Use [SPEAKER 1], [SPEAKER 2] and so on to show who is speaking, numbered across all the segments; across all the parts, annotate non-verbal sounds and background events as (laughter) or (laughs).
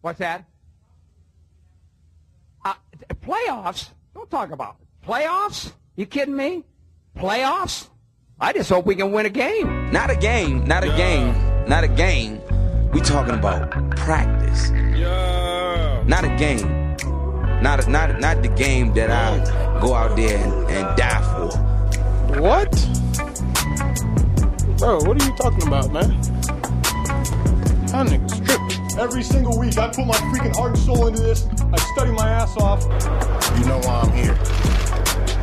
[SPEAKER 1] What's that? Uh, t- playoffs? Don't talk about it. playoffs. You kidding me? Playoffs? I just hope we can win a game.
[SPEAKER 2] Not a game, not a game, not a game. We talking about practice.
[SPEAKER 3] Yeah.
[SPEAKER 2] Not a game. Not a, not not the game that I go out there and, and die for.
[SPEAKER 3] What? Bro, what are you talking about, man? That nigga's tripping.
[SPEAKER 4] Every single week, I put my freaking heart and soul into this. I study my ass off. You know why I'm here.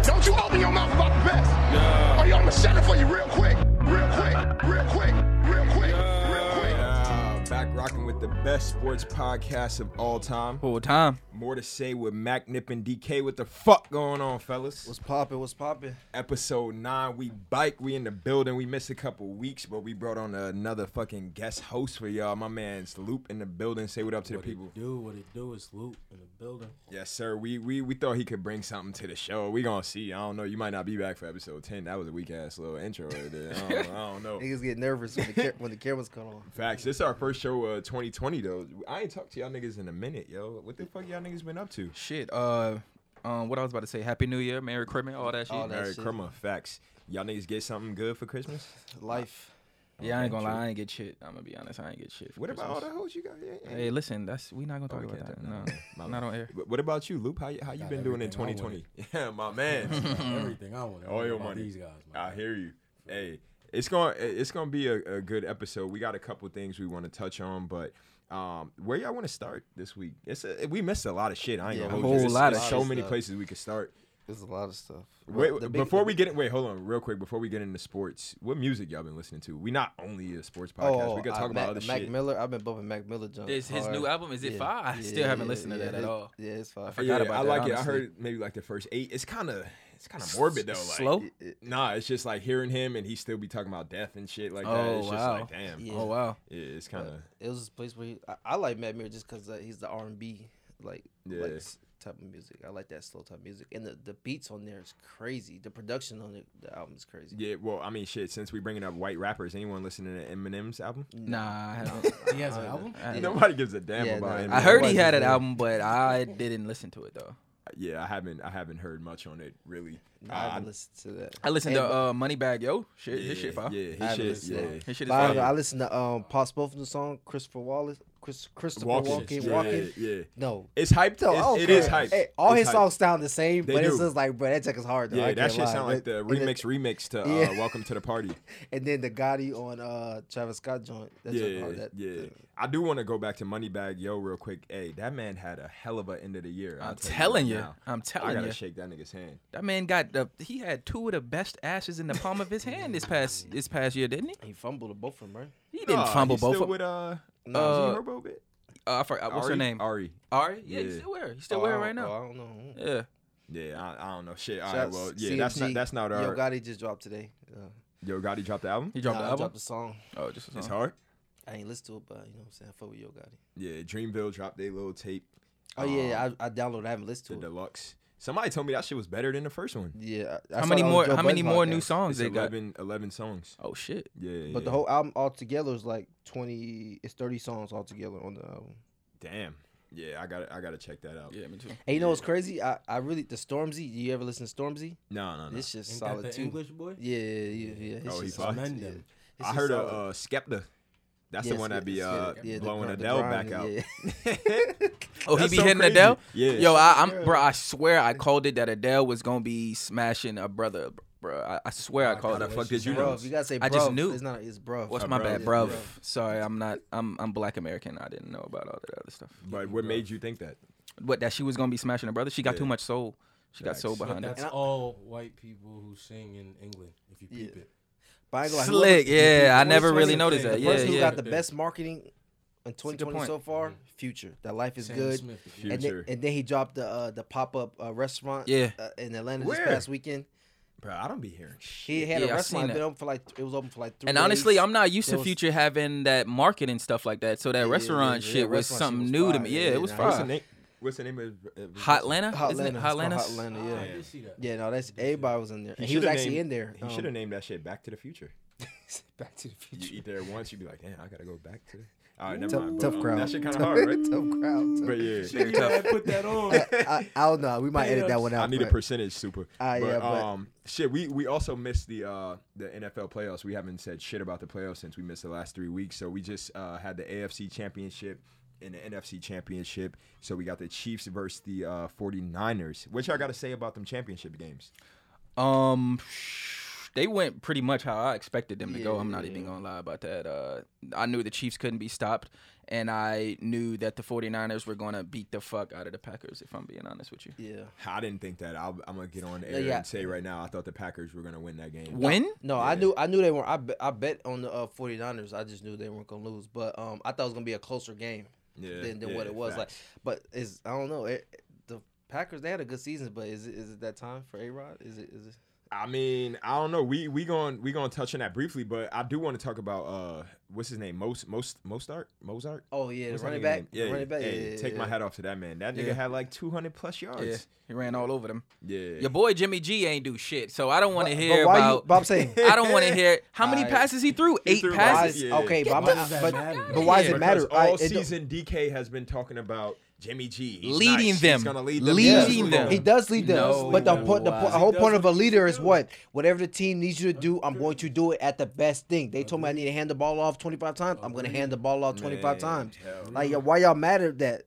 [SPEAKER 5] Don't you open your mouth about the best. Or you, I'm gonna shut it for you real quick, real quick, real quick, real quick, real quick.
[SPEAKER 6] Uh, back rocking with the best sports podcast of all time.
[SPEAKER 7] Full time.
[SPEAKER 6] More to say with Mac Nip and DK. What the fuck going on, fellas?
[SPEAKER 8] What's poppin'? What's poppin'?
[SPEAKER 6] Episode nine. We bike. We in the building. We missed a couple weeks, but we brought on another fucking guest host for y'all. My man's Loop in the building. Say what up to the people.
[SPEAKER 9] Do what it do is loop in the building.
[SPEAKER 6] Yes, sir. We we we thought he could bring something to the show. We gonna see. I don't know. You might not be back for episode ten. That was a weak ass little intro right there. I don't, I
[SPEAKER 8] (laughs)
[SPEAKER 6] don't know.
[SPEAKER 8] Niggas get nervous when the, ca- when the cameras cut on.
[SPEAKER 6] Facts. This is our first show uh 2020 though. I ain't talked to y'all niggas in a minute, yo. What the fuck y'all niggas been up to?
[SPEAKER 7] Shit. Uh, um, what I was about to say. Happy New Year, Merry Christmas, all that shit.
[SPEAKER 8] All that
[SPEAKER 6] Merry
[SPEAKER 8] shit.
[SPEAKER 6] Christmas. Facts. Y'all niggas get something good for Christmas?
[SPEAKER 8] (laughs) Life.
[SPEAKER 7] yeah, I ain't gonna lie. I ain't get shit. I'm gonna be honest. I ain't get shit. for
[SPEAKER 6] What about all
[SPEAKER 7] Christmas.
[SPEAKER 6] the hoes you got? Yeah, yeah.
[SPEAKER 7] Hey, listen. That's we not gonna talk
[SPEAKER 6] we
[SPEAKER 7] about
[SPEAKER 6] can't
[SPEAKER 7] that.
[SPEAKER 6] do
[SPEAKER 7] No,
[SPEAKER 6] that. My
[SPEAKER 7] not on air.
[SPEAKER 6] But what about you, Loop? How you, how you been doing in
[SPEAKER 9] everything I wanted.
[SPEAKER 6] 2020? (laughs) Yeah, my man.
[SPEAKER 9] (laughs)
[SPEAKER 8] Mm-hmm.
[SPEAKER 9] Everything I want.
[SPEAKER 6] All your
[SPEAKER 9] about
[SPEAKER 6] money.
[SPEAKER 9] These guys, man.
[SPEAKER 6] I hear you. Hey, it's going to it's going to be a, a good episode. We got a couple things we want to touch on, but um, where y'all want to start this week? It's a, we missed a lot of shit. I ain't
[SPEAKER 8] Yeah,
[SPEAKER 6] gonna
[SPEAKER 8] a
[SPEAKER 6] hold you.
[SPEAKER 7] whole
[SPEAKER 6] It's-
[SPEAKER 7] lot
[SPEAKER 6] it's
[SPEAKER 7] of
[SPEAKER 6] so
[SPEAKER 8] shit.
[SPEAKER 6] many
[SPEAKER 8] stuff.
[SPEAKER 6] places we could start.
[SPEAKER 8] There's a lot of stuff.
[SPEAKER 6] Wait,
[SPEAKER 8] Well, the big-
[SPEAKER 6] before we get in, wait, hold on, real quick. Before we get into sports, what music y'all been listening to? We not only a sports podcast.
[SPEAKER 8] Oh,
[SPEAKER 6] we could
[SPEAKER 8] I-
[SPEAKER 6] talk about
[SPEAKER 8] Mac,
[SPEAKER 6] other
[SPEAKER 8] Mac
[SPEAKER 6] shit.
[SPEAKER 8] Miller. I've been bumping Mac Miller. Junk
[SPEAKER 7] This- his
[SPEAKER 8] hard.
[SPEAKER 7] new album, is it fire? I still haven't listened to that at
[SPEAKER 8] it-
[SPEAKER 7] all.
[SPEAKER 8] Yeah, it's fire.
[SPEAKER 7] forgot
[SPEAKER 6] yeah,
[SPEAKER 7] about
[SPEAKER 6] I
[SPEAKER 7] that,
[SPEAKER 6] like it. I
[SPEAKER 7] honestly.
[SPEAKER 6] heard maybe like the first eight. It's kind of it's kind of morbid though. Like,
[SPEAKER 7] slow?
[SPEAKER 6] Nah, it's just like hearing him and he still be talking about death and shit like that.
[SPEAKER 7] Oh,
[SPEAKER 6] It's
[SPEAKER 7] wow.
[SPEAKER 6] just like damn.
[SPEAKER 8] Yeah.
[SPEAKER 7] Oh wow.
[SPEAKER 6] Yeah, it's kind of
[SPEAKER 8] It was this place where he, I, I like Matt Miller just because uh, he's the R and B like,
[SPEAKER 6] Yeah.
[SPEAKER 8] like s- type of music. I like that slow type of music, and the, the beats on there is crazy. The production on it, the album is crazy.
[SPEAKER 6] yeah. Well, I mean, shit. Since we bringing up white rappers, anyone listening to Eminem's album?
[SPEAKER 7] Nah, I
[SPEAKER 6] (laughs)
[SPEAKER 7] haven't.
[SPEAKER 9] He has an album.
[SPEAKER 7] I-
[SPEAKER 6] Nobody gives a damn
[SPEAKER 8] Yeah,
[SPEAKER 6] about
[SPEAKER 8] nah.
[SPEAKER 6] Eminem.
[SPEAKER 7] I heard he
[SPEAKER 8] Wasn't
[SPEAKER 7] had an
[SPEAKER 8] there.
[SPEAKER 7] album, but I didn't listen to it though.
[SPEAKER 6] Yeah, I haven't. I haven't heard much on it really.
[SPEAKER 8] I haven't
[SPEAKER 6] Uh,
[SPEAKER 8] listened to that.
[SPEAKER 7] I listened
[SPEAKER 8] And-
[SPEAKER 7] to uh, Moneybag Yo. Shit,
[SPEAKER 6] yeah,
[SPEAKER 7] his shit fire.
[SPEAKER 6] yeah,
[SPEAKER 8] I
[SPEAKER 6] his
[SPEAKER 8] haven't
[SPEAKER 6] shit.
[SPEAKER 8] listened to
[SPEAKER 6] Yeah.
[SPEAKER 8] it.
[SPEAKER 7] His shit is
[SPEAKER 8] But I,
[SPEAKER 7] fire.
[SPEAKER 8] haven't- I listened to um Paul Spoken's song Christopher Wallace, Chris Christopher Walking, Walking,
[SPEAKER 6] yeah, yeah.
[SPEAKER 8] No,
[SPEAKER 6] It's Oh, hyped.
[SPEAKER 8] No, I
[SPEAKER 6] It's,
[SPEAKER 8] don't
[SPEAKER 6] it
[SPEAKER 8] care.
[SPEAKER 6] is hyped.
[SPEAKER 8] Hey, all
[SPEAKER 6] It's
[SPEAKER 8] his
[SPEAKER 6] hyped.
[SPEAKER 8] songs sound the same,
[SPEAKER 6] They
[SPEAKER 8] but it's
[SPEAKER 6] do.
[SPEAKER 8] just like, bro, that check is hard. Though.
[SPEAKER 6] Yeah,
[SPEAKER 8] I
[SPEAKER 6] that
[SPEAKER 8] can't
[SPEAKER 6] shit
[SPEAKER 8] lie.
[SPEAKER 6] sound like the
[SPEAKER 8] And then-
[SPEAKER 6] remix remix to uh,
[SPEAKER 8] Yeah.
[SPEAKER 6] Welcome to the (laughs) Party.
[SPEAKER 8] And then the Gotti on uh Travis Scott joint. That joint
[SPEAKER 6] yeah,
[SPEAKER 8] hard, that-
[SPEAKER 6] yeah. I do want to go back to Moneybag Yo real quick. Hey, that man had a hell of an end of the year. I'll
[SPEAKER 7] I'm
[SPEAKER 6] tell
[SPEAKER 7] telling
[SPEAKER 6] right
[SPEAKER 7] you.
[SPEAKER 6] now.
[SPEAKER 7] I'm
[SPEAKER 6] I
[SPEAKER 7] telling
[SPEAKER 6] gotta
[SPEAKER 7] you.
[SPEAKER 6] shake that nigga's hand.
[SPEAKER 7] That man got the he had two of the best ashes in the palm of his hand this past this past year, didn't
[SPEAKER 8] He fumbled at both of them, right?
[SPEAKER 7] he? He didn't
[SPEAKER 6] Nah,
[SPEAKER 7] fumble
[SPEAKER 6] he's
[SPEAKER 7] both
[SPEAKER 6] still
[SPEAKER 7] of
[SPEAKER 6] with
[SPEAKER 7] them.
[SPEAKER 6] uh,
[SPEAKER 7] Uh,
[SPEAKER 6] G Herbo bit.
[SPEAKER 7] Uh, I forgot, what's
[SPEAKER 6] Ari?
[SPEAKER 7] her name?
[SPEAKER 6] Ari.
[SPEAKER 7] Ari? Yeah, he's
[SPEAKER 6] Yeah.
[SPEAKER 7] still wearing. He's still
[SPEAKER 8] Oh,
[SPEAKER 7] wearing
[SPEAKER 8] I
[SPEAKER 7] right
[SPEAKER 8] don't-
[SPEAKER 7] now.
[SPEAKER 8] oh, I don't know.
[SPEAKER 7] Yeah.
[SPEAKER 6] Yeah, I, I don't know shit. All right,
[SPEAKER 8] Shouts
[SPEAKER 6] well, yeah, that's not
[SPEAKER 8] CMG.
[SPEAKER 6] that's not
[SPEAKER 8] Yo
[SPEAKER 6] our.
[SPEAKER 8] Gotti just dropped today. Uh,
[SPEAKER 6] Yo Gotti dropped the album.
[SPEAKER 7] He dropped
[SPEAKER 8] nah,
[SPEAKER 7] the
[SPEAKER 8] I
[SPEAKER 7] album.
[SPEAKER 8] dropped a song.
[SPEAKER 7] Oh, just a
[SPEAKER 6] It's
[SPEAKER 7] song.
[SPEAKER 6] hard.
[SPEAKER 8] I ain't listened to it, but you know what I'm saying. I fuck with Yo Gotti.
[SPEAKER 6] Yeah, Dreamville dropped their little tape,
[SPEAKER 8] Oh yeah, I, I downloaded. I haven't
[SPEAKER 6] the
[SPEAKER 8] listened to it.
[SPEAKER 6] deluxe. Somebody told me that shit was better than the first one.
[SPEAKER 8] Yeah. I- I
[SPEAKER 7] How
[SPEAKER 8] saw
[SPEAKER 7] many
[SPEAKER 8] that on
[SPEAKER 7] more
[SPEAKER 8] Joe
[SPEAKER 7] how many
[SPEAKER 8] Budden
[SPEAKER 7] more new
[SPEAKER 8] podcast.
[SPEAKER 7] songs
[SPEAKER 6] It's
[SPEAKER 7] they got?
[SPEAKER 6] 11, 11 songs.
[SPEAKER 7] Oh shit.
[SPEAKER 6] Yeah,
[SPEAKER 8] But
[SPEAKER 6] yeah.
[SPEAKER 8] the whole album altogether is like twenty. It's thirty songs altogether on the album.
[SPEAKER 6] damn. Yeah, I got to I gotta check that out.
[SPEAKER 7] Yeah, me too.
[SPEAKER 8] And you know what's crazy? I, I really the Stormzy. You ever listen to Stormzy?
[SPEAKER 6] No, no, no.
[SPEAKER 8] This shit's
[SPEAKER 9] Ain't
[SPEAKER 8] solid
[SPEAKER 9] that the
[SPEAKER 8] too.
[SPEAKER 9] English boy?
[SPEAKER 8] Yeah, yeah, yeah. yeah.
[SPEAKER 6] Oh,
[SPEAKER 8] His
[SPEAKER 6] he
[SPEAKER 8] shit's
[SPEAKER 6] fought?
[SPEAKER 8] solid,
[SPEAKER 9] Mendon.
[SPEAKER 8] His
[SPEAKER 6] I
[SPEAKER 8] shit's
[SPEAKER 6] heard a
[SPEAKER 8] solid.
[SPEAKER 6] uh, Skepta. That's
[SPEAKER 8] Yeah,
[SPEAKER 6] the one that
[SPEAKER 8] Skepta,
[SPEAKER 6] be uh,
[SPEAKER 8] Skepta. Yeah, the
[SPEAKER 6] blowing
[SPEAKER 8] gr- the
[SPEAKER 6] Adele back
[SPEAKER 8] grinding,
[SPEAKER 6] out. (laughs)
[SPEAKER 8] yeah. (laughs)
[SPEAKER 7] Oh,
[SPEAKER 6] That's
[SPEAKER 7] he be
[SPEAKER 6] so
[SPEAKER 7] hitting
[SPEAKER 6] crazy.
[SPEAKER 7] Adele.
[SPEAKER 6] Yeah.
[SPEAKER 7] Yo, I, I'm bro. I swear I called it that Adele was gonna be smashing a brother, bro. I, I swear I
[SPEAKER 6] How
[SPEAKER 7] called
[SPEAKER 6] the
[SPEAKER 7] it.
[SPEAKER 6] fuck did you know?
[SPEAKER 8] Bruv, you gotta say bruv.
[SPEAKER 7] I just knew.
[SPEAKER 8] It's not. It's bruv.
[SPEAKER 7] What's
[SPEAKER 6] Uh,
[SPEAKER 7] my
[SPEAKER 6] bruv.
[SPEAKER 7] bad,
[SPEAKER 6] Yeah,
[SPEAKER 7] bruv?
[SPEAKER 8] bruv.
[SPEAKER 7] Sorry, I'm not. I'm I'm Black American. I didn't know about all that other stuff.
[SPEAKER 6] But what made you think that?
[SPEAKER 7] What that she was gonna be smashing a brother? She got
[SPEAKER 6] Yeah.
[SPEAKER 7] too much soul. She got soul
[SPEAKER 6] Facts.
[SPEAKER 9] But
[SPEAKER 7] behind her.
[SPEAKER 9] that's all white people who sing in England. If you peep
[SPEAKER 8] Yeah.
[SPEAKER 9] it,
[SPEAKER 8] But I ain't gonna lie, whoever-
[SPEAKER 7] Slick, yeah. I
[SPEAKER 9] whoever's
[SPEAKER 7] never really
[SPEAKER 9] singing
[SPEAKER 7] noticed
[SPEAKER 9] thing,
[SPEAKER 7] that.
[SPEAKER 9] the
[SPEAKER 7] Yeah,
[SPEAKER 8] person who
[SPEAKER 7] yeah.
[SPEAKER 8] got the best marketing in 2020
[SPEAKER 7] point.
[SPEAKER 8] so far, Future. That life is
[SPEAKER 9] Sam
[SPEAKER 8] good.
[SPEAKER 9] Smith.
[SPEAKER 6] Future.
[SPEAKER 8] And then, and then he dropped the uh, the pop up uh, restaurant.
[SPEAKER 7] Yeah.
[SPEAKER 8] uh, in Atlanta
[SPEAKER 6] Where?
[SPEAKER 8] this past weekend.
[SPEAKER 6] Bro, I don't be hearing
[SPEAKER 8] He had
[SPEAKER 7] Yeah,
[SPEAKER 8] a
[SPEAKER 7] I
[SPEAKER 8] restaurant
[SPEAKER 7] seen
[SPEAKER 8] been
[SPEAKER 7] that.
[SPEAKER 8] open for like it was open for like three.
[SPEAKER 7] And honestly,
[SPEAKER 8] days.
[SPEAKER 7] I'm not used
[SPEAKER 8] There
[SPEAKER 7] to
[SPEAKER 8] was-
[SPEAKER 7] Future having that marketing stuff like that. So that
[SPEAKER 8] yeah,
[SPEAKER 7] restaurant
[SPEAKER 8] yeah,
[SPEAKER 7] shit was
[SPEAKER 8] restaurant shit
[SPEAKER 7] something
[SPEAKER 8] was
[SPEAKER 7] new to
[SPEAKER 8] fire.
[SPEAKER 7] me.
[SPEAKER 8] Yeah,
[SPEAKER 7] Yeah, it was
[SPEAKER 8] nah,
[SPEAKER 6] What's the
[SPEAKER 7] fire.
[SPEAKER 6] name? What's the name of? of-
[SPEAKER 7] Hotlanta, isn't it?
[SPEAKER 8] Hotlanta,
[SPEAKER 7] Hotlanta.
[SPEAKER 8] It's called Hotlanta,
[SPEAKER 6] Oh,
[SPEAKER 9] I
[SPEAKER 8] yeah.
[SPEAKER 9] did see that.
[SPEAKER 8] Yeah, no, that's everybody was in there. And he was
[SPEAKER 6] shoulda
[SPEAKER 8] actually
[SPEAKER 6] named-
[SPEAKER 8] in there.
[SPEAKER 6] He
[SPEAKER 8] um,
[SPEAKER 6] should have named that shit Back to the Future.
[SPEAKER 8] Back to the
[SPEAKER 6] You
[SPEAKER 10] (laughs)
[SPEAKER 8] Future.
[SPEAKER 6] eat there once, you'd be like, damn, I gotta go back to. All right, never
[SPEAKER 8] Tough,
[SPEAKER 6] mind.
[SPEAKER 8] tough
[SPEAKER 6] but, um,
[SPEAKER 8] crowd.
[SPEAKER 6] That shit kind of
[SPEAKER 8] (laughs) Tough-
[SPEAKER 6] hard, right?
[SPEAKER 8] tough crowd. tough-
[SPEAKER 6] But yeah,
[SPEAKER 9] You gotta put that on.
[SPEAKER 8] I, I don't know. We might edit that one out.
[SPEAKER 6] I need a
[SPEAKER 8] but-
[SPEAKER 6] percentage, super.
[SPEAKER 8] Ah,
[SPEAKER 6] but,
[SPEAKER 8] yeah, but-
[SPEAKER 6] um, shit, we we also missed the uh the NFL playoffs. We haven't said shit about the playoffs since we missed the last three weeks. So we just uh, had the AFC Championship and the NFC Championship. So we got the Chiefs versus the uh, 49ers. What y'all got to say about them championship games?
[SPEAKER 7] Um, they went pretty much how I expected them to go. I'm not even gonna lie about that. Uh, I knew the Chiefs couldn't be stopped, and I knew that the 49ers were gonna beat the fuck out of the Packers. If I'm being honest with you,
[SPEAKER 10] Yeah.
[SPEAKER 6] I didn't think that. I'll, I'm gonna get on air
[SPEAKER 10] yeah.
[SPEAKER 6] and say right now. I thought the Packers were gonna win that game.
[SPEAKER 7] when
[SPEAKER 10] No, I knew I knew they weren't. I bet, I bet on the uh, 49ers. I just knew they weren't gonna lose. But um, I thought it was gonna be a closer game
[SPEAKER 6] Yeah,
[SPEAKER 10] than, than what
[SPEAKER 6] yeah,
[SPEAKER 10] it was.
[SPEAKER 6] facts.
[SPEAKER 10] Like, but is I don't know. It, the Packers they had a good season, but is it is it that time for A Rod? Is it is it?
[SPEAKER 6] I mean, I don't know. We we going we gonna touch on that briefly, but I do want to talk about uh what's his name? Most most Mostart Mozart.
[SPEAKER 10] Oh yeah, the
[SPEAKER 6] What's that
[SPEAKER 10] running
[SPEAKER 6] nigga
[SPEAKER 10] back.
[SPEAKER 6] name? Yeah,
[SPEAKER 10] running back.
[SPEAKER 6] hey,
[SPEAKER 10] yeah,
[SPEAKER 6] take my
[SPEAKER 10] yeah.
[SPEAKER 6] hat off to that man. That nigga
[SPEAKER 7] Yeah.
[SPEAKER 6] had like 200 plus
[SPEAKER 7] yeah,
[SPEAKER 6] yards.
[SPEAKER 7] he ran all over them.
[SPEAKER 6] Yeah.
[SPEAKER 7] Your boy Jimmy G ain't do shit, so I don't want to
[SPEAKER 8] but
[SPEAKER 7] hear
[SPEAKER 8] why you-
[SPEAKER 7] about.
[SPEAKER 8] but
[SPEAKER 6] (laughs)
[SPEAKER 8] I'm saying-
[SPEAKER 7] (laughs) I don't want
[SPEAKER 8] (laughs)
[SPEAKER 7] to hear how many
[SPEAKER 8] Alright.
[SPEAKER 7] passes
[SPEAKER 8] (laughs)
[SPEAKER 7] he threw. Eight
[SPEAKER 6] threw
[SPEAKER 8] Why
[SPEAKER 7] passes.
[SPEAKER 8] is,
[SPEAKER 6] Yeah.
[SPEAKER 8] Okay, but, I'm,
[SPEAKER 9] Why does
[SPEAKER 8] but,
[SPEAKER 9] that matter?
[SPEAKER 8] but, why does
[SPEAKER 6] Because
[SPEAKER 8] it matter? I-
[SPEAKER 6] all
[SPEAKER 8] it don't-
[SPEAKER 6] season, DK has been talking about Jimmy G. He's
[SPEAKER 7] Leading
[SPEAKER 6] nice.
[SPEAKER 7] them.
[SPEAKER 6] He's gonna lead them.
[SPEAKER 7] Leading
[SPEAKER 6] Yes,
[SPEAKER 8] Yes,
[SPEAKER 6] we're
[SPEAKER 7] them.
[SPEAKER 6] gonna-
[SPEAKER 8] He does lead them.
[SPEAKER 7] No,
[SPEAKER 8] but the,
[SPEAKER 7] he
[SPEAKER 8] point, the,
[SPEAKER 9] does
[SPEAKER 8] po-
[SPEAKER 9] not.
[SPEAKER 8] whole
[SPEAKER 9] He
[SPEAKER 8] point
[SPEAKER 9] does
[SPEAKER 8] of a
[SPEAKER 9] what he
[SPEAKER 8] leader is
[SPEAKER 9] do.
[SPEAKER 8] what? Whatever the team needs you to do, I'm going to do it at the best thing. They told me I need to hand the ball off 25 times. I'm going to hand the ball off 25
[SPEAKER 6] Man,
[SPEAKER 8] times.
[SPEAKER 6] hell
[SPEAKER 8] Like, yo, why y'all mad at that?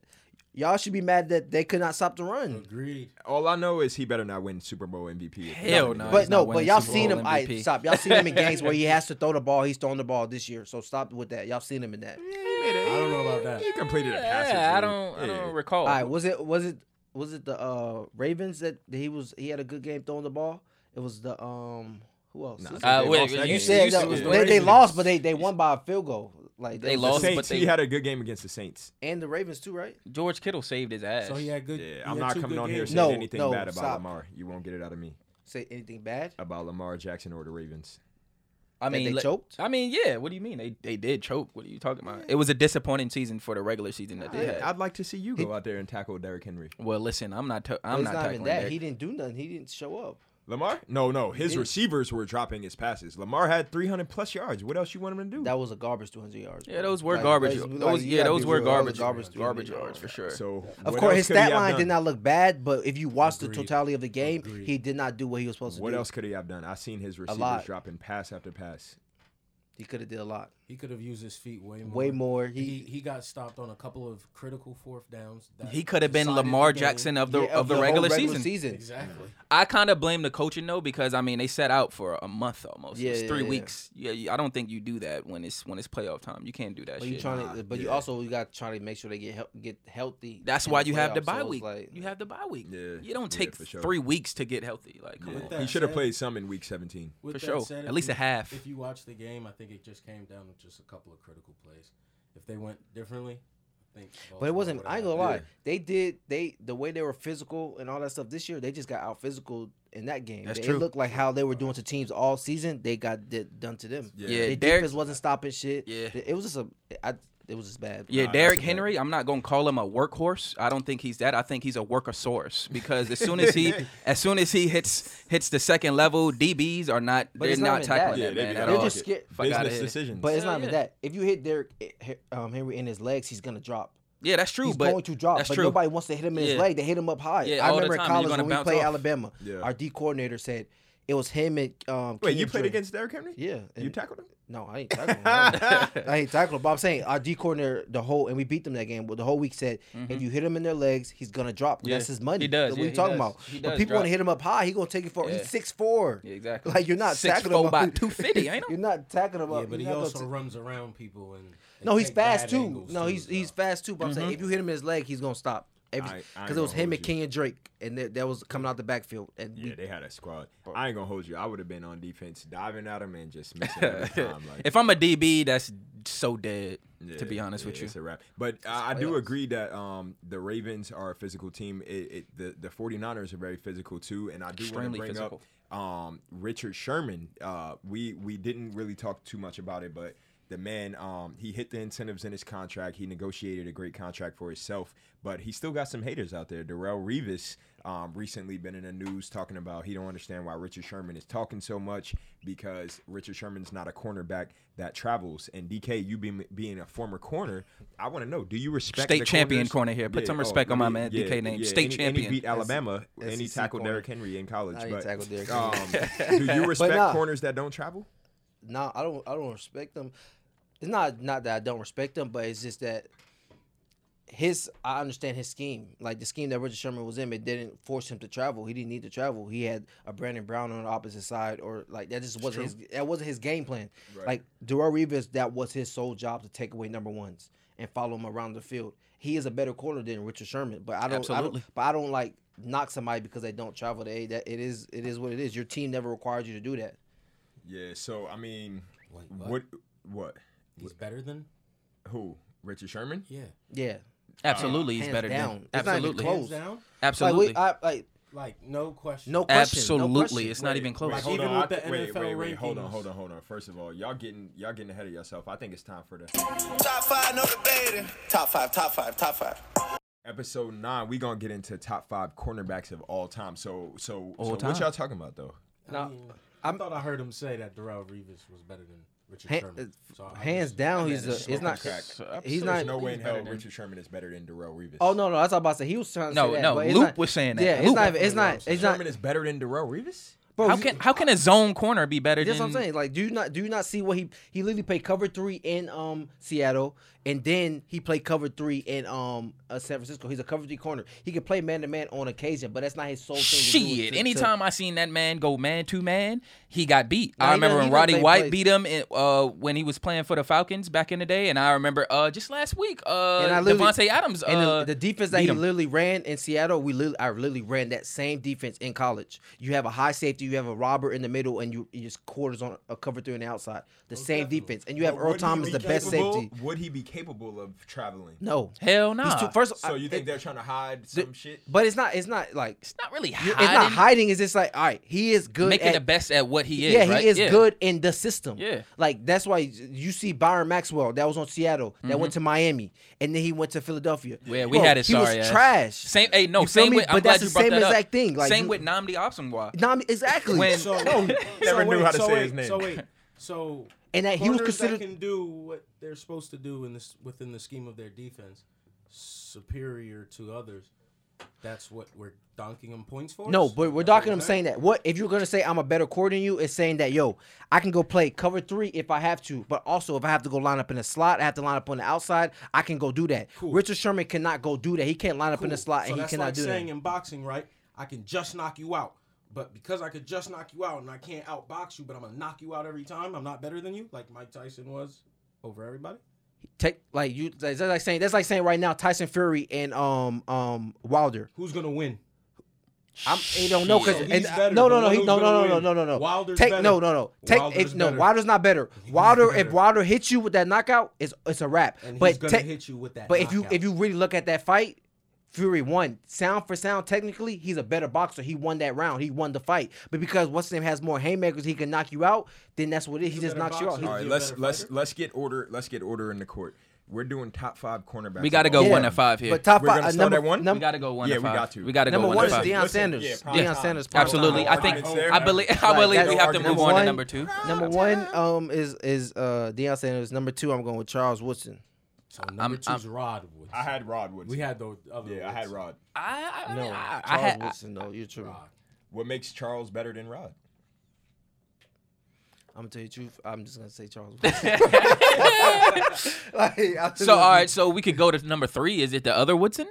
[SPEAKER 8] Y'all should be mad that they could not stop the run.
[SPEAKER 9] Agreed.
[SPEAKER 6] All I know is he better not win Super Bowl MVP.
[SPEAKER 7] Hell no.
[SPEAKER 8] But
[SPEAKER 7] he's not
[SPEAKER 8] no,
[SPEAKER 7] winning
[SPEAKER 8] but y'all
[SPEAKER 7] Super
[SPEAKER 8] seen
[SPEAKER 7] Bowl
[SPEAKER 8] him. I
[SPEAKER 7] MVP.
[SPEAKER 8] stop. Y'all seen him
[SPEAKER 7] (laughs)
[SPEAKER 8] in games where he has to throw the ball. He's throwing the ball this year. So stop with that. Y'all seen him in that.
[SPEAKER 9] I don't know about that.
[SPEAKER 6] He completed a pass. or
[SPEAKER 7] Yeah, I
[SPEAKER 6] two.
[SPEAKER 7] don't. I
[SPEAKER 6] Yeah.
[SPEAKER 7] don't recall.
[SPEAKER 8] All right, was it was it was it the uh Ravens that that he was he had a good game throwing the ball? It was the um who else? It was-
[SPEAKER 7] Uh,
[SPEAKER 6] They
[SPEAKER 7] wait,
[SPEAKER 6] lost that
[SPEAKER 7] you
[SPEAKER 6] game.
[SPEAKER 7] said
[SPEAKER 8] Yeah,
[SPEAKER 7] you
[SPEAKER 8] that
[SPEAKER 7] said
[SPEAKER 8] was-
[SPEAKER 7] it was
[SPEAKER 8] they,
[SPEAKER 7] the
[SPEAKER 8] they
[SPEAKER 7] Ravens.
[SPEAKER 8] lost, but they, they won by a field goal. Like
[SPEAKER 7] They
[SPEAKER 8] was-
[SPEAKER 6] The
[SPEAKER 7] lost, but
[SPEAKER 6] Saints.
[SPEAKER 7] they-
[SPEAKER 6] He had a good game against the Saints.
[SPEAKER 8] and the Ravens too, right?
[SPEAKER 7] George Kittle saved his ass.
[SPEAKER 9] So Oh, he had good. he
[SPEAKER 6] Yeah, I'm
[SPEAKER 9] had
[SPEAKER 6] not
[SPEAKER 9] two
[SPEAKER 6] coming
[SPEAKER 9] good
[SPEAKER 6] on here
[SPEAKER 9] games.
[SPEAKER 6] saying
[SPEAKER 8] No,
[SPEAKER 6] anything
[SPEAKER 8] no,
[SPEAKER 6] bad about
[SPEAKER 8] stop.
[SPEAKER 6] Lamar. You won't get it out of me
[SPEAKER 8] Say anything bad?
[SPEAKER 6] about Lamar Jackson or the Ravens.
[SPEAKER 7] I
[SPEAKER 8] That
[SPEAKER 7] mean,
[SPEAKER 8] they
[SPEAKER 7] le-
[SPEAKER 8] choked?
[SPEAKER 7] I mean, yeah. What do you mean they they did choke? What are you talking about? It was a disappointing season for the regular season that they had.
[SPEAKER 6] I'd like to see you go out there and tackle Derrick Henry.
[SPEAKER 7] well, listen, I'm not. T-
[SPEAKER 8] But
[SPEAKER 7] I'm
[SPEAKER 8] it's
[SPEAKER 7] not,
[SPEAKER 8] not, even
[SPEAKER 7] tackling
[SPEAKER 8] that.
[SPEAKER 7] Derrick.
[SPEAKER 8] He didn't do nothing. He didn't show up.
[SPEAKER 6] Lamar? No, no. His receivers were dropping his passes. Lamar had 300 plus yards. What else you want him to do?
[SPEAKER 8] That was a garbage 200 yards.
[SPEAKER 7] Yeah,
[SPEAKER 8] bro.
[SPEAKER 7] those were
[SPEAKER 8] Like,
[SPEAKER 7] garbage.
[SPEAKER 8] like,
[SPEAKER 7] Those,
[SPEAKER 8] like, you
[SPEAKER 7] yeah,
[SPEAKER 8] gotta
[SPEAKER 7] those
[SPEAKER 8] be
[SPEAKER 7] were
[SPEAKER 8] real. That was
[SPEAKER 7] garbage. Garbage,
[SPEAKER 8] garbage 200
[SPEAKER 7] yards for sure.
[SPEAKER 6] so, what
[SPEAKER 8] Of course,
[SPEAKER 6] else
[SPEAKER 8] his
[SPEAKER 6] could he
[SPEAKER 8] stat
[SPEAKER 6] have
[SPEAKER 8] line did
[SPEAKER 6] done?
[SPEAKER 8] not look bad, but if you watch the
[SPEAKER 9] Agreed.
[SPEAKER 8] totality of the game,
[SPEAKER 9] Agreed.
[SPEAKER 8] he did not do what he was supposed to
[SPEAKER 6] What
[SPEAKER 8] do.
[SPEAKER 6] else could he have done? I seen his receivers
[SPEAKER 8] lot.
[SPEAKER 6] dropping pass after pass.
[SPEAKER 8] He could have did a lot.
[SPEAKER 9] He could have used his feet way more.
[SPEAKER 8] Way more.
[SPEAKER 9] He,
[SPEAKER 8] He-
[SPEAKER 9] he got stopped on a couple of critical fourth downs. that
[SPEAKER 7] He could have been
[SPEAKER 9] decided
[SPEAKER 7] Lamar
[SPEAKER 9] the game.
[SPEAKER 7] Jackson of the
[SPEAKER 8] Yeah,
[SPEAKER 7] of the,
[SPEAKER 8] whole
[SPEAKER 7] regular, season.
[SPEAKER 9] Exactly.
[SPEAKER 7] I kind of blame the coaching though because I mean they set out for a month almost. Yeah,
[SPEAKER 8] Yeah,
[SPEAKER 7] it's
[SPEAKER 8] yeah,
[SPEAKER 7] three
[SPEAKER 8] yeah.
[SPEAKER 7] weeks. Yeah, you- I don't think you do that when it's when it's playoff time. You can't do that
[SPEAKER 8] But you
[SPEAKER 7] shit.
[SPEAKER 8] trying to, but you
[SPEAKER 6] yeah.
[SPEAKER 8] also you got to try to make sure they get hel- get healthy.
[SPEAKER 7] That's
[SPEAKER 8] in
[SPEAKER 7] why you have the
[SPEAKER 8] playoffs.
[SPEAKER 7] bye
[SPEAKER 8] So it's
[SPEAKER 7] week.
[SPEAKER 8] like-
[SPEAKER 7] you have the bye week.
[SPEAKER 6] Yeah,
[SPEAKER 7] You don't
[SPEAKER 6] yeah,
[SPEAKER 7] take
[SPEAKER 6] for sure.
[SPEAKER 7] three weeks to get healthy. Like, come on.
[SPEAKER 9] that
[SPEAKER 6] He should have
[SPEAKER 9] said-
[SPEAKER 6] played some in week 17.
[SPEAKER 9] With
[SPEAKER 7] For
[SPEAKER 9] that
[SPEAKER 7] sure.
[SPEAKER 9] said,
[SPEAKER 7] At
[SPEAKER 9] if
[SPEAKER 7] least
[SPEAKER 9] you-
[SPEAKER 7] a half.
[SPEAKER 9] If you watch the game, I think it just came down to just a couple of critical plays. If they went differently, I think.
[SPEAKER 8] But it wasn't. I ain't gonna lie.
[SPEAKER 6] Yeah.
[SPEAKER 8] They did. They the way they were physical and all that stuff this year. They just got out physical in that game.
[SPEAKER 7] That's
[SPEAKER 8] it
[SPEAKER 7] true.
[SPEAKER 8] looked like how they were doing to teams all season. They got did, done to them.
[SPEAKER 6] Yeah.
[SPEAKER 7] Yeah,
[SPEAKER 8] Their
[SPEAKER 7] Derrick-
[SPEAKER 8] defense wasn't stopping shit.
[SPEAKER 7] Yeah.
[SPEAKER 8] It was just a. I, it was just bad.
[SPEAKER 7] Yeah,
[SPEAKER 6] Nah, that's
[SPEAKER 7] Derrick
[SPEAKER 6] a fact.
[SPEAKER 7] Henry, I'm not gonna call him a workhorse. I don't think he's that. I think he's a workasaurus because as soon as he as soon as he hits hits the second level, DBs are not
[SPEAKER 8] But
[SPEAKER 7] they're
[SPEAKER 8] it's not
[SPEAKER 7] not,
[SPEAKER 8] even
[SPEAKER 7] tackling
[SPEAKER 8] that. Yeah,
[SPEAKER 7] that, man
[SPEAKER 6] be
[SPEAKER 7] at
[SPEAKER 6] like,
[SPEAKER 8] They're
[SPEAKER 7] all.
[SPEAKER 8] just
[SPEAKER 6] "Fuck
[SPEAKER 8] scared-
[SPEAKER 6] it.
[SPEAKER 7] Fuck outta
[SPEAKER 6] Business
[SPEAKER 7] here."
[SPEAKER 6] decisions.
[SPEAKER 8] But it's
[SPEAKER 7] Hell
[SPEAKER 8] not even
[SPEAKER 7] yeah.
[SPEAKER 8] that. If you hit Derrick eh, um, Henry in his legs, he's gonna drop.
[SPEAKER 7] Yeah, that's true.
[SPEAKER 8] He's
[SPEAKER 7] but
[SPEAKER 8] going to drop,
[SPEAKER 7] That's
[SPEAKER 8] but (laughs)
[SPEAKER 7] true.
[SPEAKER 8] nobody wants to hit him in
[SPEAKER 7] Yeah.
[SPEAKER 8] his leg. They hit him up high.
[SPEAKER 7] Yeah,
[SPEAKER 8] I
[SPEAKER 7] all the
[SPEAKER 8] remember in
[SPEAKER 7] time, and you're
[SPEAKER 8] college
[SPEAKER 7] gonna
[SPEAKER 8] when we
[SPEAKER 7] bounce
[SPEAKER 8] played
[SPEAKER 7] off.
[SPEAKER 8] Alabama,
[SPEAKER 6] Yeah.
[SPEAKER 8] our D coordinator said it was him and um.
[SPEAKER 6] Wait,
[SPEAKER 8] Kenyon
[SPEAKER 6] you played
[SPEAKER 8] Drake.
[SPEAKER 6] against Derrick Henry?
[SPEAKER 8] Yeah,
[SPEAKER 6] You
[SPEAKER 8] and-
[SPEAKER 6] tackled him?
[SPEAKER 8] No, I ain't tackling.
[SPEAKER 7] (laughs)
[SPEAKER 8] him. I ain't tackling. him, But I'm saying our D coordinator the whole and we beat them that game. But the whole week said if you hit him in their legs, he's gonna drop.
[SPEAKER 7] Mm-hmm. Yeah,
[SPEAKER 8] That's his money.
[SPEAKER 7] he
[SPEAKER 8] That's
[SPEAKER 7] does, yeah,
[SPEAKER 8] what
[SPEAKER 7] he
[SPEAKER 8] you talking
[SPEAKER 7] does.
[SPEAKER 8] about?
[SPEAKER 7] He
[SPEAKER 8] But
[SPEAKER 7] does
[SPEAKER 8] people want
[SPEAKER 7] drop.
[SPEAKER 8] to hit him up high. He gonna take it for.
[SPEAKER 7] Yeah.
[SPEAKER 8] He's six four.
[SPEAKER 7] Yeah, exactly.
[SPEAKER 8] Like you're not
[SPEAKER 7] Six
[SPEAKER 8] tackling
[SPEAKER 7] four
[SPEAKER 8] him
[SPEAKER 7] by
[SPEAKER 8] up.
[SPEAKER 7] 250,
[SPEAKER 8] (laughs)
[SPEAKER 7] ain't it?
[SPEAKER 8] You're not tackling him
[SPEAKER 9] Yeah,
[SPEAKER 8] up. You're
[SPEAKER 9] but he
[SPEAKER 8] not gonna
[SPEAKER 9] also
[SPEAKER 8] t-
[SPEAKER 9] runs around people and. and
[SPEAKER 8] no, he's
[SPEAKER 9] take bad
[SPEAKER 8] fast too.
[SPEAKER 9] angles
[SPEAKER 8] No,
[SPEAKER 9] too,
[SPEAKER 8] he's he's
[SPEAKER 9] so.
[SPEAKER 8] fast too. But I'm saying if you hit him in his leg, he's gonna stop.
[SPEAKER 6] I- I ain't
[SPEAKER 8] Because
[SPEAKER 6] gonna
[SPEAKER 8] it was him
[SPEAKER 6] hold
[SPEAKER 8] and
[SPEAKER 6] you.
[SPEAKER 8] Kenyon Drake, and that, that was coming out the backfield. And we-
[SPEAKER 6] Yeah, they had a squad. I ain't gonna hold you. I would have been on defense, diving at him and just missing
[SPEAKER 7] (laughs)
[SPEAKER 6] every time. Like,
[SPEAKER 7] if I'm a DB, that's so dead. to be
[SPEAKER 6] Yeah,
[SPEAKER 7] honest
[SPEAKER 6] yeah,
[SPEAKER 7] with you,
[SPEAKER 6] it's a wrap. But I, I do agree that um, the Ravens are a physical team. It, it the the 49ers are very physical too, and I do want to
[SPEAKER 7] Extremely
[SPEAKER 6] bring
[SPEAKER 7] physical.
[SPEAKER 6] up um, Richard Sherman. Uh, we we didn't really talk too much about it, but. the man um, he hit the incentives in his contract. He negotiated a great contract for himself, but he still got some haters out there. Darrell Revis um, recently been in the news talking about he don't understand why Richard Sherman is talking so much because Richard Sherman's not a cornerback that travels. And DK, you being being a former corner, I want to know: Do you respect
[SPEAKER 7] State
[SPEAKER 6] the
[SPEAKER 7] champion
[SPEAKER 6] corners? oh,
[SPEAKER 7] corner here. Put some respect on my man, DK name.
[SPEAKER 6] and
[SPEAKER 7] State
[SPEAKER 6] he- And
[SPEAKER 7] champion.
[SPEAKER 6] he beat Alabama,
[SPEAKER 8] SEC
[SPEAKER 6] and he tackled
[SPEAKER 8] corner.
[SPEAKER 6] Derrick Henry in college.
[SPEAKER 8] Nah, he
[SPEAKER 6] but
[SPEAKER 8] tackled Derrick
[SPEAKER 6] um,
[SPEAKER 8] Henry.
[SPEAKER 6] do
[SPEAKER 8] (laughs)
[SPEAKER 6] you respect
[SPEAKER 8] nah.
[SPEAKER 6] corners that don't travel?
[SPEAKER 8] nah, I don't I don't respect them. It's not not that I don't respect them, but it's just that his I understand his scheme. Like the scheme that Richard Sherman was in, it didn't force him to travel. He didn't need to travel. He had a Brandon Brown on the opposite side or like that just wasn't his that wasn't his game plan. Like Darrell Revis, that was his sole job to take away number ones and follow him around the field. He is a better corner than Richard Sherman, but I don't, I
[SPEAKER 7] Absolutely.
[SPEAKER 8] don't but I don't like knock somebody because they don't travel. They that it is it is what it is. Your team never required you to do that.
[SPEAKER 6] Yeah. So I mean,
[SPEAKER 9] Wait,
[SPEAKER 6] what?
[SPEAKER 9] what?
[SPEAKER 6] What?
[SPEAKER 9] He's better than
[SPEAKER 6] Who? Richard Sherman?
[SPEAKER 9] yeah.
[SPEAKER 8] Yeah.
[SPEAKER 7] Absolutely, he's
[SPEAKER 8] Hands
[SPEAKER 7] better
[SPEAKER 8] down.
[SPEAKER 7] than.
[SPEAKER 8] It's not even
[SPEAKER 7] Absolutely,
[SPEAKER 8] close.
[SPEAKER 9] Hands down,
[SPEAKER 7] absolutely,
[SPEAKER 8] Like, we, I, like
[SPEAKER 9] like no question.
[SPEAKER 8] no question.
[SPEAKER 7] absolutely.
[SPEAKER 8] No question.
[SPEAKER 7] it's not even close.
[SPEAKER 9] Like,
[SPEAKER 6] hold
[SPEAKER 9] even
[SPEAKER 6] on,
[SPEAKER 9] with
[SPEAKER 6] I-
[SPEAKER 9] the
[SPEAKER 6] wait, wait,
[SPEAKER 9] NFL
[SPEAKER 6] wait. Hold on,
[SPEAKER 9] rankings.
[SPEAKER 6] hold on, hold on. First of all, y'all getting y'all getting ahead of yourself. I think it's time for the
[SPEAKER 2] Top five, no debating. Top five, top five, top five.
[SPEAKER 6] episode nine. We gonna get into top five cornerbacks of all time. So so, so
[SPEAKER 7] All
[SPEAKER 6] what
[SPEAKER 7] time.
[SPEAKER 6] y'all talking about though?
[SPEAKER 9] I, mean, I thought I heard him say that Darrell Revis was better than Richard
[SPEAKER 8] Ha-
[SPEAKER 9] Sherman.
[SPEAKER 8] uh,
[SPEAKER 9] So I- I
[SPEAKER 8] hands
[SPEAKER 9] just-
[SPEAKER 8] down, he's a,
[SPEAKER 6] smoking
[SPEAKER 8] it's not.
[SPEAKER 6] crack.
[SPEAKER 8] He's not.
[SPEAKER 6] There's no way in
[SPEAKER 7] he's better
[SPEAKER 6] hell
[SPEAKER 7] than-
[SPEAKER 6] Richard Sherman is better than Darrell Revis.
[SPEAKER 8] Oh no, no, that's what I was about to say. He was trying to
[SPEAKER 7] No,
[SPEAKER 8] say that.
[SPEAKER 7] no,
[SPEAKER 8] but it's
[SPEAKER 7] Luke
[SPEAKER 8] not-
[SPEAKER 7] was saying that.
[SPEAKER 8] Yeah, it's
[SPEAKER 7] Luke-
[SPEAKER 8] not. Even, it's not. It's not.
[SPEAKER 6] Sherman is better than Darrell Revis.
[SPEAKER 8] Bro,
[SPEAKER 7] how
[SPEAKER 8] you-
[SPEAKER 7] can how can a zone corner be better
[SPEAKER 8] That's what
[SPEAKER 7] than?
[SPEAKER 8] I'm saying. Like, do you not do you not see what he he literally played cover three in um Seattle, and then he played cover three in um uh, San Francisco. He's a cover three corner. He can play man to man on occasion, but that's not his sole thing. to do is
[SPEAKER 7] Shit!
[SPEAKER 8] to- to-
[SPEAKER 7] Anytime I seen that man go man to man, he got beat.
[SPEAKER 8] Nah,
[SPEAKER 7] I
[SPEAKER 8] he
[SPEAKER 7] remember
[SPEAKER 8] done-
[SPEAKER 7] when
[SPEAKER 8] he done
[SPEAKER 7] Roddy
[SPEAKER 8] played
[SPEAKER 7] White
[SPEAKER 8] plays.
[SPEAKER 7] beat him in, uh, when he was playing for the Falcons back in the day, and I remember uh, just last week uh,
[SPEAKER 8] And I literally-
[SPEAKER 7] Devontae Adams uh,
[SPEAKER 8] and the, the defense that
[SPEAKER 7] beat
[SPEAKER 8] he
[SPEAKER 7] him.
[SPEAKER 8] literally ran in Seattle, we literally, I literally ran that same defense in college. You have a high safety, you have a robber in the middle, and you, you just quarters on a cover three on the outside. The same defense, and you have
[SPEAKER 6] But
[SPEAKER 8] Earl
[SPEAKER 6] would he
[SPEAKER 8] Thomas,
[SPEAKER 6] be
[SPEAKER 8] the best
[SPEAKER 6] capable-
[SPEAKER 8] safety.
[SPEAKER 6] Would he be capable of traveling?
[SPEAKER 8] No,
[SPEAKER 7] Hell
[SPEAKER 8] He's too,
[SPEAKER 7] nah.
[SPEAKER 8] first,
[SPEAKER 6] So
[SPEAKER 8] I-
[SPEAKER 6] you think
[SPEAKER 8] it-
[SPEAKER 6] they're trying to hide some shit?
[SPEAKER 8] But it's not. It's not like it's
[SPEAKER 7] It's not really hiding.
[SPEAKER 8] not hiding. It's just like all right, he is good.
[SPEAKER 7] making
[SPEAKER 8] at,
[SPEAKER 7] the best at what he is.
[SPEAKER 8] yeah,
[SPEAKER 7] right?
[SPEAKER 8] he is good in the system.
[SPEAKER 7] Yeah.
[SPEAKER 8] like that's why you see Byron Maxwell that was on Seattle, that went to Miami, and then he went to Philadelphia.
[SPEAKER 7] Mm-hmm. Yeah, we
[SPEAKER 8] Bro,
[SPEAKER 7] had it.
[SPEAKER 8] He
[SPEAKER 7] Sorry,
[SPEAKER 8] was
[SPEAKER 7] ass.
[SPEAKER 8] trash.
[SPEAKER 7] Same. Hey, no,
[SPEAKER 8] You feel
[SPEAKER 7] same.
[SPEAKER 8] me?
[SPEAKER 7] With, I'm
[SPEAKER 8] but that's
[SPEAKER 7] glad you
[SPEAKER 8] the
[SPEAKER 7] brought
[SPEAKER 8] same
[SPEAKER 7] that up.
[SPEAKER 8] exact thing. Like
[SPEAKER 7] same
[SPEAKER 8] you-
[SPEAKER 7] with Namdi Opsonwa.
[SPEAKER 8] Nah, I mean, exactly.
[SPEAKER 7] When-
[SPEAKER 9] So,
[SPEAKER 6] (laughs) never
[SPEAKER 9] so
[SPEAKER 6] knew
[SPEAKER 9] wait,
[SPEAKER 6] how to
[SPEAKER 9] so
[SPEAKER 6] say
[SPEAKER 9] wait,
[SPEAKER 6] his name. (laughs)
[SPEAKER 9] So wait, so
[SPEAKER 8] And that he was
[SPEAKER 9] corners
[SPEAKER 8] considered-
[SPEAKER 9] that can do what they're supposed to do in this within the scheme of their defense, superior to others. That's what we're donking them points for.
[SPEAKER 8] no, but we're
[SPEAKER 9] That's what
[SPEAKER 8] talking.
[SPEAKER 9] we're
[SPEAKER 8] I'm saying that. What if you're gonna say I'm a better core than you? Is saying that yo, I can go play cover three if I have to, but also if I have to go line up in the slot, I have to line up on the outside. I can go do that. Richard Sherman cannot go do that. He can't line up in the
[SPEAKER 9] Cool.
[SPEAKER 8] slot,
[SPEAKER 9] so
[SPEAKER 8] and he
[SPEAKER 9] that's
[SPEAKER 8] cannot
[SPEAKER 9] like
[SPEAKER 8] do
[SPEAKER 9] saying
[SPEAKER 8] that.
[SPEAKER 9] in boxing, right? I can just knock you out, but because I could just knock you out and I can't outbox you, but I'm gonna knock you out every time. I'm not better than you, like Mike Tyson was over everybody.
[SPEAKER 8] Take like you. That's like saying that's like saying right now Tyson Fury and um um Wilder.
[SPEAKER 9] Who's gonna win?
[SPEAKER 8] I'm, you don't know because
[SPEAKER 9] So he's better,
[SPEAKER 8] no,
[SPEAKER 9] but
[SPEAKER 8] no, no,
[SPEAKER 9] we
[SPEAKER 8] he,
[SPEAKER 9] know
[SPEAKER 8] no, no,
[SPEAKER 9] who's gonna
[SPEAKER 8] no,
[SPEAKER 9] win.
[SPEAKER 8] no, no, no.
[SPEAKER 9] Wilder's
[SPEAKER 8] take no, no,
[SPEAKER 9] better.
[SPEAKER 8] no. Take
[SPEAKER 9] Wilder's
[SPEAKER 8] it, no.
[SPEAKER 9] better.
[SPEAKER 8] Wilder's not better. Wilder, if
[SPEAKER 9] better.
[SPEAKER 8] Wilder hits you with that knockout, it's it's a wrap.
[SPEAKER 9] And
[SPEAKER 8] but
[SPEAKER 9] he's gonna
[SPEAKER 8] take-
[SPEAKER 9] hit you with that
[SPEAKER 8] But if you
[SPEAKER 9] knockout.
[SPEAKER 8] if you really look at that fight, Fury won sound for sound. Technically, he's a better boxer. He won that round. He won the fight. But because what's his name has more haymakers, he can knock you out. Then that's what it is. He
[SPEAKER 9] He's a
[SPEAKER 8] just
[SPEAKER 9] better
[SPEAKER 8] knocks you out.
[SPEAKER 9] boxer.
[SPEAKER 8] He-
[SPEAKER 6] All
[SPEAKER 9] Is
[SPEAKER 6] right,
[SPEAKER 9] he a
[SPEAKER 6] let's
[SPEAKER 9] better
[SPEAKER 6] let's
[SPEAKER 9] fighter?
[SPEAKER 6] let's get order. Let's get order in the court. We're doing top five cornerbacks.
[SPEAKER 7] We gotta
[SPEAKER 6] of
[SPEAKER 7] go
[SPEAKER 6] all
[SPEAKER 8] Yeah.
[SPEAKER 7] one
[SPEAKER 6] time.
[SPEAKER 7] to five here.
[SPEAKER 8] But top
[SPEAKER 6] We're
[SPEAKER 8] five,
[SPEAKER 6] gonna
[SPEAKER 8] uh,
[SPEAKER 6] start
[SPEAKER 8] number,
[SPEAKER 6] at one?
[SPEAKER 8] num-
[SPEAKER 7] We gotta go one
[SPEAKER 6] Yeah,
[SPEAKER 7] to
[SPEAKER 6] we
[SPEAKER 7] five.
[SPEAKER 6] got to.
[SPEAKER 7] We gotta
[SPEAKER 8] Number
[SPEAKER 7] go
[SPEAKER 8] one
[SPEAKER 7] one
[SPEAKER 8] is
[SPEAKER 7] to five.
[SPEAKER 8] Deion
[SPEAKER 6] Listen,
[SPEAKER 8] Sanders.
[SPEAKER 6] yeah, prime
[SPEAKER 8] Deion
[SPEAKER 6] time.
[SPEAKER 8] Sanders. prime
[SPEAKER 7] Absolutely.
[SPEAKER 8] time.
[SPEAKER 7] I think
[SPEAKER 6] Arguments there.
[SPEAKER 7] I believe I
[SPEAKER 8] Like,
[SPEAKER 7] believe
[SPEAKER 8] that's-
[SPEAKER 7] we have to
[SPEAKER 8] number
[SPEAKER 7] move on to
[SPEAKER 8] one.
[SPEAKER 7] number two.
[SPEAKER 8] Number one um is is uh Deion Sanders. Number two, I'm going with Charles Woodson.
[SPEAKER 9] So number
[SPEAKER 7] I'm-
[SPEAKER 9] two's Rod Woods.
[SPEAKER 6] I had Rod Woods.
[SPEAKER 9] we had the other.
[SPEAKER 6] yeah, I had
[SPEAKER 9] Woods.
[SPEAKER 6] Rod.
[SPEAKER 7] I, I,
[SPEAKER 8] No,
[SPEAKER 7] I, I,
[SPEAKER 8] Charles
[SPEAKER 7] had- I-
[SPEAKER 8] Woodson. No, you're true.
[SPEAKER 9] Rod.
[SPEAKER 6] What makes Charles better than Rod?
[SPEAKER 8] I'm gonna tell you the truth. I'm just gonna say
[SPEAKER 7] (laughs)
[SPEAKER 8] Charles Woodson. like, I'm just
[SPEAKER 7] so
[SPEAKER 8] gonna-
[SPEAKER 7] all right, so we could go to number three. Is it the other Woodson?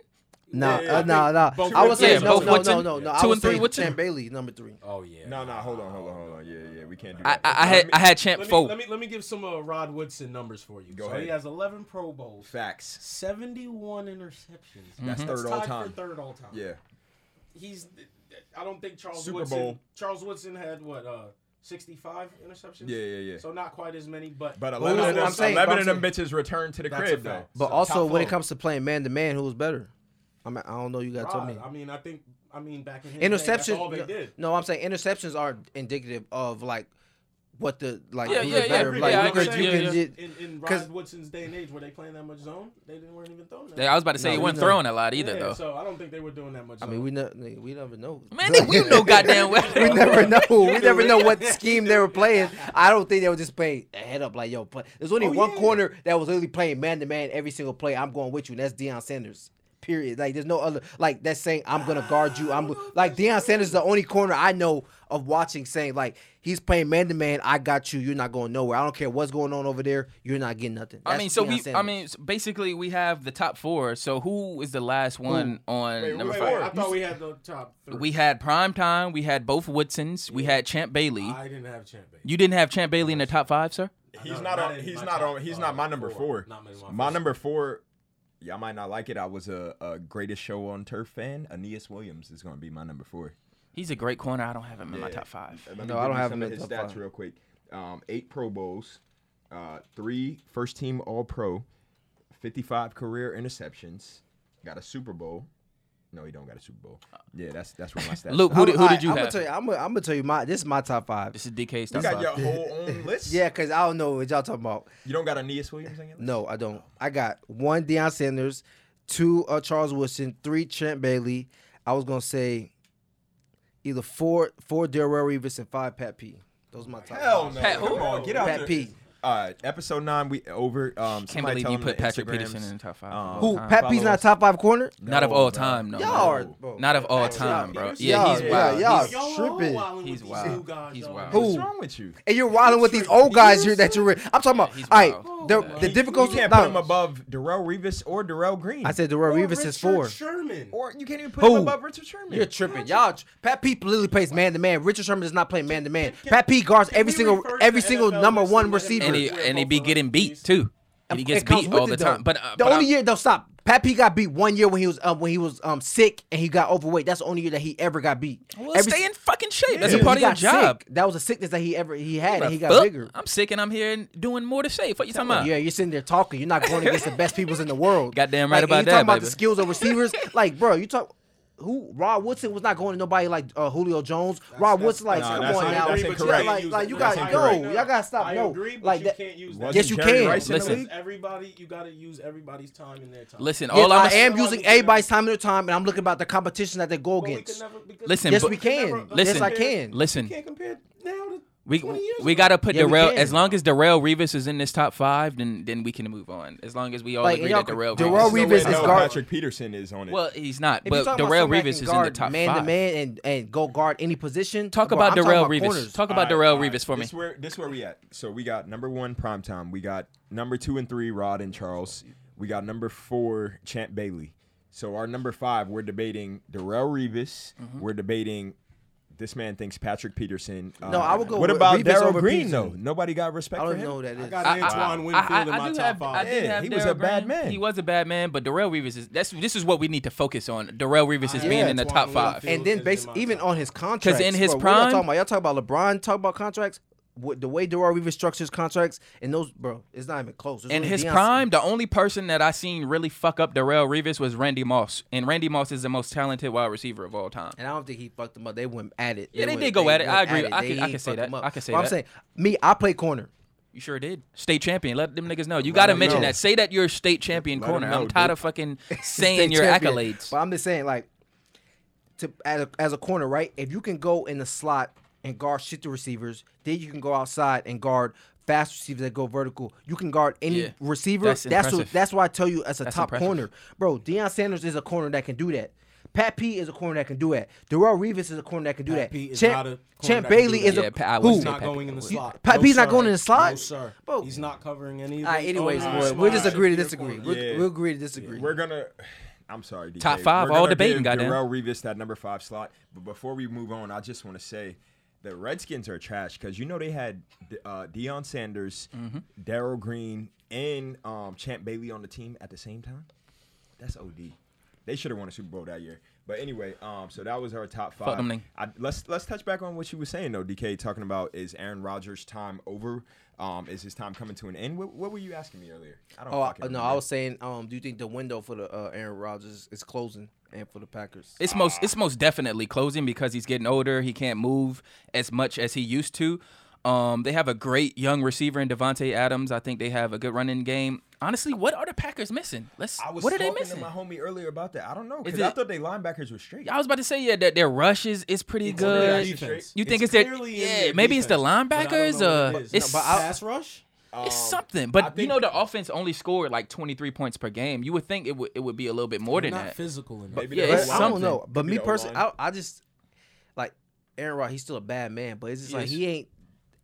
[SPEAKER 8] no,
[SPEAKER 6] Yeah,
[SPEAKER 8] uh, no, no.
[SPEAKER 6] both
[SPEAKER 8] I would say
[SPEAKER 7] Woodson.
[SPEAKER 8] no,
[SPEAKER 7] Yeah,
[SPEAKER 8] no,
[SPEAKER 7] both
[SPEAKER 8] no,
[SPEAKER 7] Woodson.
[SPEAKER 8] no, no.
[SPEAKER 7] Yeah.
[SPEAKER 8] I
[SPEAKER 7] Two
[SPEAKER 8] would
[SPEAKER 7] and three
[SPEAKER 8] say
[SPEAKER 7] Woodson.
[SPEAKER 8] Champ Bailey, number three.
[SPEAKER 9] Oh yeah.
[SPEAKER 6] No, no, hold on, hold on, hold on. Yeah, yeah, we can't do
[SPEAKER 7] I,
[SPEAKER 6] that.
[SPEAKER 7] I, I had I had champ
[SPEAKER 9] Let me,
[SPEAKER 7] four.
[SPEAKER 9] let me let me give some uh, Rod Woodson numbers for you.
[SPEAKER 6] Go
[SPEAKER 9] so
[SPEAKER 6] ahead.
[SPEAKER 9] he has 11 Pro Bowls,
[SPEAKER 6] Facts.
[SPEAKER 9] 71 interceptions.
[SPEAKER 6] That's Mm. third all
[SPEAKER 9] tied
[SPEAKER 6] time.
[SPEAKER 9] for third all time.
[SPEAKER 6] Yeah.
[SPEAKER 9] he's. I don't think Charles
[SPEAKER 6] Super
[SPEAKER 9] Woodson.
[SPEAKER 6] Bowl.
[SPEAKER 9] Charles Woodson had what uh, sixty five interceptions.
[SPEAKER 6] Yeah, yeah, yeah.
[SPEAKER 9] So not quite as many, but
[SPEAKER 6] But
[SPEAKER 8] Well,
[SPEAKER 6] 11 of them,
[SPEAKER 8] I'm saying-
[SPEAKER 6] 11
[SPEAKER 8] I'm
[SPEAKER 6] of them bitches returned to the
[SPEAKER 9] That's a
[SPEAKER 6] crib, though.
[SPEAKER 9] fact.
[SPEAKER 8] But
[SPEAKER 9] So,
[SPEAKER 8] also,
[SPEAKER 9] top
[SPEAKER 8] when it
[SPEAKER 9] four.
[SPEAKER 8] comes to playing man to man, who was better? I'm, I don't know. You gotta tell
[SPEAKER 9] Rod,
[SPEAKER 8] me.
[SPEAKER 9] I mean, I think. I mean, back in his day, that's
[SPEAKER 8] interceptions.
[SPEAKER 9] all they
[SPEAKER 8] no,
[SPEAKER 9] did.
[SPEAKER 8] no, I'm saying interceptions are indicative of like what the like
[SPEAKER 9] Yeah,
[SPEAKER 8] who's
[SPEAKER 9] yeah,
[SPEAKER 8] the
[SPEAKER 9] yeah,
[SPEAKER 8] better like
[SPEAKER 9] yeah, I
[SPEAKER 8] you could,
[SPEAKER 9] agree.
[SPEAKER 8] you
[SPEAKER 9] Yeah,
[SPEAKER 8] could
[SPEAKER 9] yeah.
[SPEAKER 8] get-
[SPEAKER 9] In, in
[SPEAKER 8] 'cause-
[SPEAKER 9] Rod Woodson's day and age, were they playing that much zone? They didn't weren't even throwing. That
[SPEAKER 7] Yeah, I was about to say,
[SPEAKER 9] much.
[SPEAKER 7] he wasn't throwing a lot either,
[SPEAKER 9] yeah,
[SPEAKER 7] though.
[SPEAKER 9] So I don't think they were doing that much.
[SPEAKER 8] I
[SPEAKER 9] Zone.
[SPEAKER 8] mean, we never, we never know.
[SPEAKER 7] Man, we
[SPEAKER 8] (laughs)
[SPEAKER 7] know goddamn well.
[SPEAKER 8] we never know.
[SPEAKER 7] (laughs)
[SPEAKER 8] We never
[SPEAKER 9] do.
[SPEAKER 8] know what scheme they were playing. I don't think they were just playing a head up like yo. Play. There's only
[SPEAKER 9] Oh,
[SPEAKER 8] one
[SPEAKER 9] yeah.
[SPEAKER 8] corner that was literally playing man to man every single play. I'm going with you, and that's Deion Sanders. Period. Like there's no other like that's saying I'm gonna guard you.
[SPEAKER 7] Oh,
[SPEAKER 8] I'm like Deion Sanders is the only corner I know of watching saying like he's playing man to man. I got you. You're not going nowhere. I don't care what's going on over there. You're not getting nothing.
[SPEAKER 7] I
[SPEAKER 8] That's
[SPEAKER 7] mean, so
[SPEAKER 8] Deion
[SPEAKER 7] we. I
[SPEAKER 8] Sanders.
[SPEAKER 7] mean, s- basically, we have the top four. So who is the last one on
[SPEAKER 9] Wait,
[SPEAKER 7] number
[SPEAKER 9] wait,
[SPEAKER 7] five?
[SPEAKER 9] wait, I thought we had the top. Three.
[SPEAKER 7] We had prime time. We had both Woodsons. We had Champ Bailey.
[SPEAKER 9] I didn't have Champ Bailey.
[SPEAKER 7] You didn't have Champ Bailey in the top five, sir.
[SPEAKER 6] He's
[SPEAKER 9] No,
[SPEAKER 6] not
[SPEAKER 9] not
[SPEAKER 6] on.
[SPEAKER 9] in
[SPEAKER 6] He's
[SPEAKER 9] my
[SPEAKER 6] not
[SPEAKER 9] top
[SPEAKER 6] on. He's not my number
[SPEAKER 9] four.
[SPEAKER 6] four.
[SPEAKER 9] Not in my
[SPEAKER 6] My
[SPEAKER 9] first.
[SPEAKER 6] number four. Y'all might not like it. I was a, a greatest show on turf fan. Aeneas Williams is going to be my number four.
[SPEAKER 7] He's a great corner. I don't have him in my top five.
[SPEAKER 6] Let me
[SPEAKER 8] No,
[SPEAKER 6] give
[SPEAKER 8] I don't
[SPEAKER 6] you
[SPEAKER 8] have
[SPEAKER 6] some
[SPEAKER 8] him
[SPEAKER 6] of
[SPEAKER 8] in
[SPEAKER 6] his
[SPEAKER 8] top
[SPEAKER 6] stats
[SPEAKER 8] five.
[SPEAKER 6] real quick. Um, eight Pro Bowls, uh, three first team All Pro, fifty-five career interceptions. Got a Super Bowl. No, he don't got a Super Bowl. Yeah, that's that's
[SPEAKER 7] (laughs)
[SPEAKER 6] where my stats.
[SPEAKER 7] Luke, who did, who
[SPEAKER 8] I'm-
[SPEAKER 7] did you
[SPEAKER 8] I'm
[SPEAKER 7] have?
[SPEAKER 8] Gonna tell you, I'm, gonna, I'm gonna tell you my. This is my top five.
[SPEAKER 7] This is DK's
[SPEAKER 6] you
[SPEAKER 7] top
[SPEAKER 6] got
[SPEAKER 8] (laughs)
[SPEAKER 7] five.
[SPEAKER 6] your whole own list.
[SPEAKER 8] Yeah, cause I don't know what y'all talking about.
[SPEAKER 6] you don't got Aeneas Williams on your list.
[SPEAKER 8] No, I don't. I got one Deion Sanders, two uh, Charles Woodson, three Trent Bailey. I was gonna say either four four Darrell Revis and five Pat P. Those are my top.
[SPEAKER 6] Hell
[SPEAKER 8] five.
[SPEAKER 6] no!
[SPEAKER 7] Pat who?
[SPEAKER 6] Come on, get out
[SPEAKER 8] Pat
[SPEAKER 6] there.
[SPEAKER 8] P.
[SPEAKER 6] All right, episode nine, we over. Um,
[SPEAKER 7] Can't
[SPEAKER 6] somebody
[SPEAKER 7] believe
[SPEAKER 6] tell
[SPEAKER 7] you
[SPEAKER 6] them the
[SPEAKER 7] put Patrick
[SPEAKER 6] Instagrams.
[SPEAKER 7] Peterson in the top five.
[SPEAKER 6] Um,
[SPEAKER 8] Who?
[SPEAKER 7] All time.
[SPEAKER 8] Pat P's
[SPEAKER 6] Follow
[SPEAKER 8] not
[SPEAKER 6] us.
[SPEAKER 8] top five corner.
[SPEAKER 7] Not of
[SPEAKER 6] No, bro.
[SPEAKER 7] all time, no.
[SPEAKER 8] Y'all are.
[SPEAKER 6] No.
[SPEAKER 8] Bro.
[SPEAKER 7] Not of all time, bro.
[SPEAKER 9] Peterson.
[SPEAKER 7] Yeah, he's
[SPEAKER 8] Yeah,
[SPEAKER 7] wild.
[SPEAKER 8] yeah,
[SPEAKER 7] He's-
[SPEAKER 8] y'all
[SPEAKER 9] Y'all
[SPEAKER 8] tripping.
[SPEAKER 9] wilding
[SPEAKER 7] He's
[SPEAKER 9] with
[SPEAKER 7] wild.
[SPEAKER 9] These new guys,
[SPEAKER 7] He's
[SPEAKER 9] y'all.
[SPEAKER 7] wild.
[SPEAKER 8] Who?
[SPEAKER 6] What's wrong with you?
[SPEAKER 8] And you're wilding with these old guys here that you're. in. I'm talking about.
[SPEAKER 7] he's
[SPEAKER 8] all right,
[SPEAKER 7] wild.
[SPEAKER 8] the
[SPEAKER 7] Yeah.
[SPEAKER 8] the
[SPEAKER 6] You-
[SPEAKER 8] difficulty.
[SPEAKER 6] You can't
[SPEAKER 8] no,
[SPEAKER 6] put him above Darrell Revis or Darrell Green.
[SPEAKER 8] I said Darrell
[SPEAKER 9] Or
[SPEAKER 8] Revis is
[SPEAKER 9] Richard
[SPEAKER 8] four.
[SPEAKER 9] Sherman.
[SPEAKER 6] or you can't even put
[SPEAKER 8] Who?
[SPEAKER 6] him above Richard Sherman.
[SPEAKER 8] You're tripping, y'all. tr- Pat P literally plays man to man. Richard Sherman does not play man to man.
[SPEAKER 9] can-
[SPEAKER 8] Pat P guards
[SPEAKER 9] can
[SPEAKER 8] every
[SPEAKER 9] we
[SPEAKER 8] single
[SPEAKER 9] refer to
[SPEAKER 8] every
[SPEAKER 9] the
[SPEAKER 8] single
[SPEAKER 9] NFL
[SPEAKER 8] number
[SPEAKER 9] list
[SPEAKER 8] one
[SPEAKER 9] and let him-
[SPEAKER 8] receiver.
[SPEAKER 7] and he
[SPEAKER 9] We're
[SPEAKER 7] and he
[SPEAKER 9] both
[SPEAKER 7] be
[SPEAKER 9] of
[SPEAKER 7] getting
[SPEAKER 9] us.
[SPEAKER 7] beat too. And he gets
[SPEAKER 8] It comes
[SPEAKER 7] beat
[SPEAKER 8] with
[SPEAKER 7] all the
[SPEAKER 8] it,
[SPEAKER 7] time.
[SPEAKER 8] though.
[SPEAKER 7] But uh,
[SPEAKER 8] the
[SPEAKER 7] but
[SPEAKER 8] only
[SPEAKER 7] I'm-
[SPEAKER 8] year though, stop. Pat P got beat one year when he was um, when he was um sick and he got overweight. That's the only year that he ever got beat.
[SPEAKER 7] Well,
[SPEAKER 8] Every-
[SPEAKER 7] stay in fucking shape.
[SPEAKER 8] he-
[SPEAKER 7] That's a part
[SPEAKER 8] he
[SPEAKER 7] of your
[SPEAKER 8] got
[SPEAKER 7] job.
[SPEAKER 8] sick. That was a sickness that he ever he had, and he got
[SPEAKER 7] Fuck, Uh-huh.
[SPEAKER 8] bigger.
[SPEAKER 7] I'm sick and I'm here and doing more to shape. What you talking about?
[SPEAKER 8] Yeah, you're sitting there talking. You're not going against the best peoples in the world.
[SPEAKER 7] Goddamn right
[SPEAKER 8] Like, and
[SPEAKER 7] about
[SPEAKER 8] you
[SPEAKER 7] that,
[SPEAKER 8] talking about the
[SPEAKER 7] baby.
[SPEAKER 8] skills
[SPEAKER 7] (laughs)
[SPEAKER 8] of receivers. like, bro, you talk. Who Rod Woodson was not going to nobody like uh, Julio Jones. Rod Woodson, like,
[SPEAKER 6] nah,
[SPEAKER 8] come
[SPEAKER 6] that's
[SPEAKER 8] on
[SPEAKER 6] not-
[SPEAKER 8] now,
[SPEAKER 6] that's
[SPEAKER 8] Yeah,
[SPEAKER 6] incorrect.
[SPEAKER 8] like, like you
[SPEAKER 6] That's
[SPEAKER 8] got
[SPEAKER 6] incorrect.
[SPEAKER 8] no, y'all gotta stop.
[SPEAKER 9] I
[SPEAKER 8] no,
[SPEAKER 9] agree, but
[SPEAKER 8] like
[SPEAKER 9] you
[SPEAKER 8] that-
[SPEAKER 9] can't use
[SPEAKER 6] Wasn't
[SPEAKER 9] that.
[SPEAKER 8] Yes, you
[SPEAKER 6] Jerry
[SPEAKER 8] can.
[SPEAKER 6] Rice in the
[SPEAKER 7] Listen.
[SPEAKER 6] league?
[SPEAKER 9] Everybody, you gotta use everybody's time in their time.
[SPEAKER 7] Listen,
[SPEAKER 8] Yes,
[SPEAKER 7] all I'm
[SPEAKER 8] I
[SPEAKER 7] gonna-
[SPEAKER 8] am using everybody's time and their time, and I'm looking about the competition that they go
[SPEAKER 9] But we could
[SPEAKER 8] against.
[SPEAKER 9] never, because
[SPEAKER 7] Listen,
[SPEAKER 8] yes,
[SPEAKER 7] but-
[SPEAKER 8] we can.
[SPEAKER 7] Listen,
[SPEAKER 8] yes, I can.
[SPEAKER 9] You
[SPEAKER 7] Listen,
[SPEAKER 9] can't compare now to
[SPEAKER 7] we
[SPEAKER 9] 20 years
[SPEAKER 7] we
[SPEAKER 9] ago.
[SPEAKER 7] gotta put
[SPEAKER 8] Yeah, we
[SPEAKER 7] Darrell.
[SPEAKER 8] can.
[SPEAKER 7] As long as Darrell Revis is in this top five, then then we can move on. As long as we all
[SPEAKER 8] Like,
[SPEAKER 7] agree
[SPEAKER 8] y'all
[SPEAKER 7] that
[SPEAKER 8] could-
[SPEAKER 7] Darrell
[SPEAKER 8] Darrell
[SPEAKER 6] No
[SPEAKER 7] Revis.
[SPEAKER 8] Revis
[SPEAKER 6] way
[SPEAKER 8] is
[SPEAKER 6] no
[SPEAKER 8] guard-
[SPEAKER 6] Patrick Peterson is on it.
[SPEAKER 7] well, he's not.
[SPEAKER 8] If you're
[SPEAKER 7] But
[SPEAKER 8] talking about
[SPEAKER 7] Darrell
[SPEAKER 8] somebody that
[SPEAKER 7] Revis
[SPEAKER 8] can
[SPEAKER 7] is in the
[SPEAKER 8] guard
[SPEAKER 7] top
[SPEAKER 8] man
[SPEAKER 7] five.
[SPEAKER 8] to man and, and go guard any position.
[SPEAKER 7] Talk
[SPEAKER 8] bro,
[SPEAKER 7] about
[SPEAKER 8] I'm talking
[SPEAKER 7] Darrell
[SPEAKER 8] about
[SPEAKER 7] Revis.
[SPEAKER 8] corners.
[SPEAKER 7] Talk about
[SPEAKER 6] All
[SPEAKER 7] Darrell
[SPEAKER 6] all
[SPEAKER 7] Revis for me.
[SPEAKER 6] This where this where we at. So we got number one primetime. We got number two and three Rod and Charles. We got number four Champ Bailey. So our number five, we're debating Darrell Revis.
[SPEAKER 7] Mm-hmm.
[SPEAKER 6] We're debating. This man thinks Patrick Peterson. uh,
[SPEAKER 8] No, I would go
[SPEAKER 6] What
[SPEAKER 8] with
[SPEAKER 6] about
[SPEAKER 8] Revis
[SPEAKER 6] Darrell
[SPEAKER 8] over
[SPEAKER 6] Green
[SPEAKER 8] Peterson.
[SPEAKER 6] though? Nobody got respect
[SPEAKER 8] I
[SPEAKER 6] for
[SPEAKER 8] don't
[SPEAKER 6] him.
[SPEAKER 8] know who that
[SPEAKER 9] I
[SPEAKER 8] is.
[SPEAKER 9] got
[SPEAKER 6] I-
[SPEAKER 9] Antoine
[SPEAKER 7] I-
[SPEAKER 9] Winfield
[SPEAKER 7] I-
[SPEAKER 9] in
[SPEAKER 7] I
[SPEAKER 9] my
[SPEAKER 7] do
[SPEAKER 9] top
[SPEAKER 7] have- I
[SPEAKER 9] five.
[SPEAKER 7] did
[SPEAKER 6] Yeah,
[SPEAKER 7] have
[SPEAKER 6] he was
[SPEAKER 7] Darrell
[SPEAKER 6] a bad
[SPEAKER 7] Green.
[SPEAKER 6] man.
[SPEAKER 7] He was a bad man, but Darrell Reeves is that's this is what we need to focus on. Darrell Reeves is
[SPEAKER 8] Yeah,
[SPEAKER 7] being in the
[SPEAKER 9] Antoine
[SPEAKER 7] top five.
[SPEAKER 9] Winfield.
[SPEAKER 8] and then
[SPEAKER 9] is
[SPEAKER 8] based
[SPEAKER 9] in my
[SPEAKER 8] even
[SPEAKER 9] top.
[SPEAKER 8] on his contracts.
[SPEAKER 7] in
[SPEAKER 8] bro,
[SPEAKER 7] his
[SPEAKER 8] what y'all
[SPEAKER 7] prime-
[SPEAKER 8] talking about y'all talking about LeBron, talk about contracts. What, the way Darrell Reeves structures contracts and those, bro, it's not even close. There's
[SPEAKER 7] In
[SPEAKER 8] only
[SPEAKER 7] his
[SPEAKER 8] Deion-
[SPEAKER 7] prime, the only person that I seen really fuck up Darrell Revis was Randy Moss, and Randy Moss is the most talented wide receiver of all time.
[SPEAKER 8] and I don't think he fucked them up. They went at it.
[SPEAKER 7] Yeah, they
[SPEAKER 8] went-
[SPEAKER 7] did go at it.
[SPEAKER 8] went
[SPEAKER 7] I agree. I
[SPEAKER 8] They
[SPEAKER 7] can- I
[SPEAKER 8] ain't
[SPEAKER 7] can say
[SPEAKER 8] fucked
[SPEAKER 7] that.
[SPEAKER 8] them up.
[SPEAKER 7] I can say
[SPEAKER 8] But I'm
[SPEAKER 7] that.
[SPEAKER 8] saying, me, I play corner.
[SPEAKER 7] You sure did. State champion. Let them niggas know. You got to mention that. Say that you're state champion
[SPEAKER 6] them
[SPEAKER 7] corner.
[SPEAKER 6] know,
[SPEAKER 7] I'm tired
[SPEAKER 6] dude. (laughs)
[SPEAKER 7] of fucking saying
[SPEAKER 8] State
[SPEAKER 7] your
[SPEAKER 8] champion.
[SPEAKER 7] accolades.
[SPEAKER 8] But I'm just saying, like, to as a, as a corner, right? If you can go in the slot and guard shit to receivers, then you can go outside and guard fast receivers that go vertical. You can guard any
[SPEAKER 7] Yeah.
[SPEAKER 8] receiver.
[SPEAKER 7] That's
[SPEAKER 8] That's that's, what,
[SPEAKER 7] impressive.
[SPEAKER 8] that's why I tell you as a
[SPEAKER 7] That's
[SPEAKER 8] top
[SPEAKER 7] impressive.
[SPEAKER 8] corner, bro. Deion Sanders is a corner that can do that. Pat P is a corner that can do that. Darrell Revis is a corner that can do
[SPEAKER 9] Pat
[SPEAKER 8] that.
[SPEAKER 9] P is
[SPEAKER 8] Champ,
[SPEAKER 9] not a corner
[SPEAKER 8] Champ
[SPEAKER 9] that can do
[SPEAKER 8] Bailey
[SPEAKER 9] that.
[SPEAKER 8] is
[SPEAKER 7] Yeah,
[SPEAKER 8] a
[SPEAKER 7] Pat- I
[SPEAKER 8] who?
[SPEAKER 7] wouldn't
[SPEAKER 9] He's
[SPEAKER 7] say
[SPEAKER 9] not
[SPEAKER 7] Pat
[SPEAKER 9] going in the
[SPEAKER 7] P.
[SPEAKER 9] slot.
[SPEAKER 8] Pat
[SPEAKER 9] No,
[SPEAKER 8] P's not
[SPEAKER 9] sir.
[SPEAKER 8] going in the slot?
[SPEAKER 9] No, sir.
[SPEAKER 8] Bro.
[SPEAKER 9] He's not covering any. of
[SPEAKER 8] All right,
[SPEAKER 9] those
[SPEAKER 8] anyways,
[SPEAKER 9] owners.
[SPEAKER 8] boy,
[SPEAKER 9] That's
[SPEAKER 8] we'll
[SPEAKER 9] why
[SPEAKER 8] just
[SPEAKER 9] I
[SPEAKER 8] agree to
[SPEAKER 9] should be a
[SPEAKER 8] disagree.
[SPEAKER 9] corner.
[SPEAKER 8] We'll,
[SPEAKER 6] Yeah.
[SPEAKER 8] we'll agree to disagree.
[SPEAKER 6] We're gonna. (sighs) I'm sorry, DJ.
[SPEAKER 7] Top five,
[SPEAKER 6] We're
[SPEAKER 7] all
[SPEAKER 6] gonna
[SPEAKER 7] debating,
[SPEAKER 6] give
[SPEAKER 7] goddamn.
[SPEAKER 6] Darrell Revis that number five slot. But before we move on, I just want to say, the Redskins are trash because you know they had uh, Deion Sanders,
[SPEAKER 7] Mm-hmm.
[SPEAKER 6] Daryl Green, and um, Champ Bailey on the team at the same time. That's OD. They should have won a Super Bowl that year. But anyway, um, so that was our top five.
[SPEAKER 7] them, Ning.
[SPEAKER 6] I, let's let's touch back on what you were saying though, DK, talking about is Aaron Rodgers' time over? Um, is his time coming to an end? What, what were you asking me earlier? I don't.
[SPEAKER 8] Oh I-
[SPEAKER 6] fucking
[SPEAKER 8] no, I
[SPEAKER 6] remember.
[SPEAKER 8] was saying, um, do you think the window for the uh, Aaron Rodgers is closing and for the Packers?
[SPEAKER 7] It's most it's most definitely closing because he's getting older. He can't move as much as he used to. Um, they have a great young receiver in Devonte Adams. I think they have a good running game. Honestly, what are the Packers missing? Let's.
[SPEAKER 6] I was
[SPEAKER 7] what are they
[SPEAKER 6] talking
[SPEAKER 7] missing?
[SPEAKER 6] to my homie earlier about that. I don't know
[SPEAKER 7] Is
[SPEAKER 6] because I
[SPEAKER 7] it-
[SPEAKER 6] thought they linebackers were straight.
[SPEAKER 7] I was about to say yeah that their rush is, is pretty
[SPEAKER 6] It's in their
[SPEAKER 7] good.
[SPEAKER 6] defense.
[SPEAKER 7] You think
[SPEAKER 6] It's
[SPEAKER 7] it's, their
[SPEAKER 6] clearly in
[SPEAKER 7] yeah
[SPEAKER 6] their
[SPEAKER 7] maybe it's the
[SPEAKER 6] defense, but I don't
[SPEAKER 7] linebackers
[SPEAKER 6] know what
[SPEAKER 7] uh
[SPEAKER 6] it is.
[SPEAKER 7] it's
[SPEAKER 6] No, but I- Pass
[SPEAKER 9] rush
[SPEAKER 7] it's something but you know the offense only scored like 23 points per game you would think it would it would be a little bit more
[SPEAKER 9] They're
[SPEAKER 7] than
[SPEAKER 9] not
[SPEAKER 7] that
[SPEAKER 9] physical enough.
[SPEAKER 7] But
[SPEAKER 9] Maybe
[SPEAKER 7] yeah
[SPEAKER 9] they're
[SPEAKER 7] it's
[SPEAKER 9] overwhelmed.
[SPEAKER 7] something.
[SPEAKER 9] I
[SPEAKER 8] I don't know, but
[SPEAKER 9] Maybe
[SPEAKER 8] me
[SPEAKER 9] the
[SPEAKER 8] personally, I,
[SPEAKER 9] O-line.
[SPEAKER 8] I just like Aaron Rodgers. He's still a bad man, but it's just like
[SPEAKER 9] Yes.
[SPEAKER 8] he ain't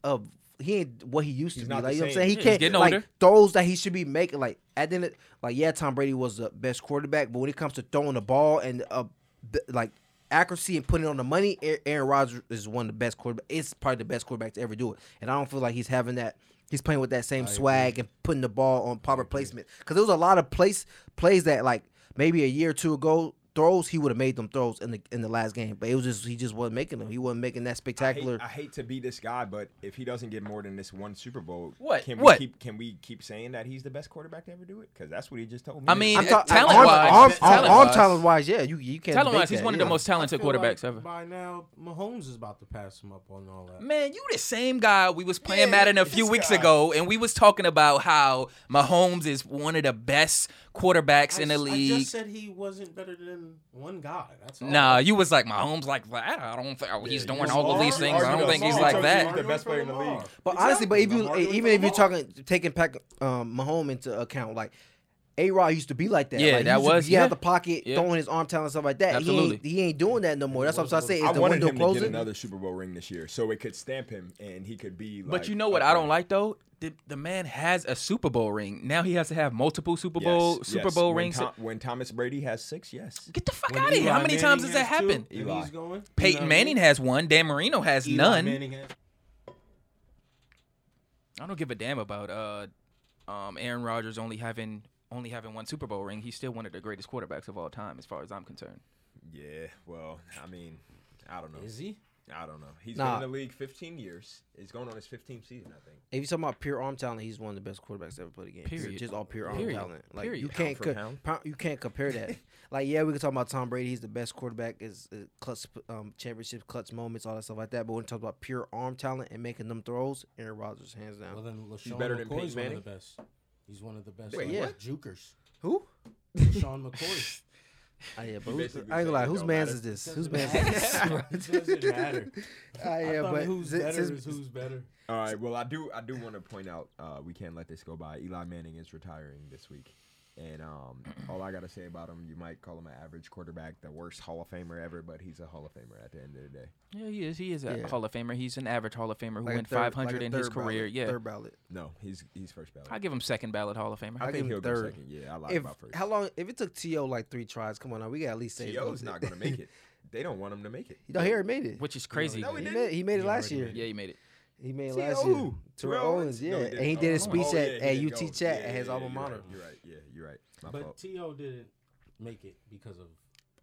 [SPEAKER 8] of he ain't what he used to be.
[SPEAKER 9] not
[SPEAKER 8] Like
[SPEAKER 9] the
[SPEAKER 8] you know what I'm
[SPEAKER 9] same.
[SPEAKER 8] saying, he
[SPEAKER 9] Yeah, he's
[SPEAKER 8] can't
[SPEAKER 9] getting
[SPEAKER 8] like
[SPEAKER 9] older.
[SPEAKER 8] throws that he should be making. Like at the end, of, like yeah, Tom Brady was the best quarterback, but when it comes to throwing the ball and uh, th- like accuracy and putting it on the money, A- Aaron Rodgers is one of the best quarterback. It's probably the best quarterback to ever do it, and I don't feel like he's having that. He's playing with that same swag and putting the ball on proper placement because there was a lot of place plays that like maybe a year or two ago throws he would have made them throws in the in the last game, but it was just he just wasn't making them. He wasn't making that
[SPEAKER 6] I
[SPEAKER 8] spectacular.
[SPEAKER 6] hate, I hate to be this guy, but if he doesn't get more than this one Super Bowl,
[SPEAKER 7] What?
[SPEAKER 6] Can we
[SPEAKER 7] What?
[SPEAKER 6] keep can we keep saying that he's the best quarterback to ever do it? Because that's what he just told me.
[SPEAKER 7] I mean,
[SPEAKER 8] I'm
[SPEAKER 7] uh,
[SPEAKER 8] talk-
[SPEAKER 7] talent-wise,
[SPEAKER 8] arm, arm,
[SPEAKER 7] talent-wise.
[SPEAKER 8] arm talent wise, yeah, you you can't.
[SPEAKER 7] Talent-wise,
[SPEAKER 8] debate
[SPEAKER 7] he's
[SPEAKER 8] that,
[SPEAKER 7] one of the
[SPEAKER 8] yeah.
[SPEAKER 7] most talented
[SPEAKER 9] I feel like
[SPEAKER 7] quarterbacks ever.
[SPEAKER 9] By now, Mahomes is about to pass him up on all that.
[SPEAKER 7] Man, you the same guy we was playing Madden a few weeks ago, and we was talking about how Mahomes is one of the best quarterbacks
[SPEAKER 9] I
[SPEAKER 7] in the
[SPEAKER 9] s-
[SPEAKER 7] league.
[SPEAKER 9] I just said he wasn't better than one guy. That's all.
[SPEAKER 7] Nah, you was like Mahomes, like I don't think oh, he's doing all of these things. I don't think he's like
[SPEAKER 6] The
[SPEAKER 7] that.
[SPEAKER 6] best player in the league.
[SPEAKER 8] But honestly, but if you even if you're talking taking Pac, um, Mahomes into account, like A Rod used to be like that.
[SPEAKER 7] Yeah,
[SPEAKER 8] like, he
[SPEAKER 7] that
[SPEAKER 8] used to
[SPEAKER 7] was-
[SPEAKER 8] be out
[SPEAKER 7] yeah.
[SPEAKER 8] the pocket,
[SPEAKER 7] Yeah.
[SPEAKER 8] throwing his arm talent and stuff like that. He ain't
[SPEAKER 7] Absolutely.
[SPEAKER 8] he ain't doing that no more. That's what I'm saying.
[SPEAKER 6] I
[SPEAKER 8] Is the
[SPEAKER 6] wanted
[SPEAKER 8] window
[SPEAKER 6] him to get
[SPEAKER 8] closing?
[SPEAKER 6] another Super Bowl ring this year, so it could stamp him and he could be. Like,
[SPEAKER 7] But you know what
[SPEAKER 6] up
[SPEAKER 7] I
[SPEAKER 6] there.
[SPEAKER 7] don't like though? The, the man has a Super Bowl ring. Now he has to have multiple Super Bowl
[SPEAKER 6] Yes,
[SPEAKER 7] Super
[SPEAKER 6] yes.
[SPEAKER 7] Bowl
[SPEAKER 6] when
[SPEAKER 7] rings.
[SPEAKER 6] Tom- when Thomas Brady has six, yes.
[SPEAKER 7] Get the fuck
[SPEAKER 9] When
[SPEAKER 7] out of here. How
[SPEAKER 9] Eli
[SPEAKER 7] many
[SPEAKER 9] Manning
[SPEAKER 7] times does that
[SPEAKER 9] has two,
[SPEAKER 7] happen?
[SPEAKER 9] and
[SPEAKER 6] Eli.
[SPEAKER 9] He's going.
[SPEAKER 7] Peyton Manning has one. Dan Marino has none. I don't give a damn about uh, um, Aaron Rodgers only having only having one Super Bowl ring. He's still one of the greatest quarterbacks of all time, as far as I'm concerned.
[SPEAKER 6] Yeah. Well, I mean, I don't know.
[SPEAKER 9] Is he?
[SPEAKER 6] I don't know. He's
[SPEAKER 8] Nah.
[SPEAKER 6] been in the league 15 years. He's going on his 15th season, I think.
[SPEAKER 8] If you're talking about pure arm talent, he's one of the best quarterbacks to ever play the game. He's
[SPEAKER 7] Period.
[SPEAKER 8] Just all pure arm
[SPEAKER 7] Period.
[SPEAKER 8] talent. Like
[SPEAKER 7] Period.
[SPEAKER 8] you
[SPEAKER 7] Pound
[SPEAKER 8] can't
[SPEAKER 6] for
[SPEAKER 8] co-
[SPEAKER 6] pound.
[SPEAKER 8] pound- you can't compare
[SPEAKER 7] (laughs)
[SPEAKER 8] that. like yeah, we can talk about Tom Brady. He's the best quarterback. Is uh, clutch um, championships, clutch moments, all that stuff like that. But when you talk about pure arm talent and making them throws, Aaron Rodgers hands down.
[SPEAKER 9] Well, then LaShawn
[SPEAKER 6] He's better than
[SPEAKER 9] McCoy's
[SPEAKER 6] Peyton
[SPEAKER 9] one of the best. He's one of the best.
[SPEAKER 6] Wait,
[SPEAKER 9] like,
[SPEAKER 8] what? (laughs)
[SPEAKER 9] Jukers.
[SPEAKER 8] Who? (laughs)
[SPEAKER 9] LaShawn McCoy.
[SPEAKER 8] Ah, yeah, but who's, I
[SPEAKER 6] basically
[SPEAKER 8] ain't gonna
[SPEAKER 6] said
[SPEAKER 8] lie.
[SPEAKER 6] it
[SPEAKER 8] Whose
[SPEAKER 6] don't matter.
[SPEAKER 8] man's is this?
[SPEAKER 9] Doesn't
[SPEAKER 8] Whose man's is this?
[SPEAKER 9] matter.
[SPEAKER 8] (laughs)
[SPEAKER 9] It doesn't matter.
[SPEAKER 8] Ah, yeah,
[SPEAKER 9] I thought
[SPEAKER 8] but
[SPEAKER 9] who's
[SPEAKER 8] since-
[SPEAKER 9] better
[SPEAKER 8] since-
[SPEAKER 9] is who's better.
[SPEAKER 6] All right. Well, I do. (laughs) I do want to point out. Uh, we can't let this go by. Eli Manning is retiring this week, and (clears throat) um, all I gotta say about him, you might call him an average quarterback, the worst Hall of Famer ever, but he's a Hall of Famer at the end of the day.
[SPEAKER 7] Yeah, he is. He is a
[SPEAKER 8] Yeah.
[SPEAKER 7] Hall of Famer. He's an average Hall of Famer who
[SPEAKER 8] like a
[SPEAKER 7] went
[SPEAKER 8] third- like
[SPEAKER 7] 500
[SPEAKER 8] a
[SPEAKER 7] in his
[SPEAKER 8] third ballot,
[SPEAKER 7] career. yeah,
[SPEAKER 8] third ballot.
[SPEAKER 6] No, he's he's first ballot.
[SPEAKER 7] I give him second ballot Hall of Famer.
[SPEAKER 6] I,
[SPEAKER 8] I give
[SPEAKER 6] think
[SPEAKER 8] him
[SPEAKER 6] he'll go
[SPEAKER 8] third.
[SPEAKER 6] second. Yeah, I lied
[SPEAKER 8] If
[SPEAKER 6] about first. (laughs)
[SPEAKER 8] how long? If it took To like three tries, come on now, we got at least say
[SPEAKER 6] T.O.'s not gonna make it. They don't want him to make it.
[SPEAKER 8] You know, (laughs) he already made it.
[SPEAKER 7] Which is crazy.
[SPEAKER 6] No, he
[SPEAKER 8] He
[SPEAKER 6] didn't.
[SPEAKER 8] made, he made it last
[SPEAKER 9] already
[SPEAKER 8] year.
[SPEAKER 9] made
[SPEAKER 7] yeah, he made it.
[SPEAKER 8] He made it
[SPEAKER 6] T.O.
[SPEAKER 8] last year. Terrell
[SPEAKER 6] Terrell
[SPEAKER 8] Owens, yeah, and he
[SPEAKER 6] didn't.
[SPEAKER 8] did a
[SPEAKER 6] Oh,
[SPEAKER 8] speech
[SPEAKER 6] oh,
[SPEAKER 8] at,
[SPEAKER 6] yeah,
[SPEAKER 8] at
[SPEAKER 6] he did
[SPEAKER 8] UT
[SPEAKER 6] go.
[SPEAKER 8] Chat
[SPEAKER 6] Yeah,
[SPEAKER 8] at his
[SPEAKER 6] yeah,
[SPEAKER 8] alma
[SPEAKER 6] you're right,
[SPEAKER 8] mater.
[SPEAKER 6] You're right. Yeah, you're right. My
[SPEAKER 8] Oh.
[SPEAKER 9] But
[SPEAKER 6] fault.
[SPEAKER 9] T.O. didn't make it because of.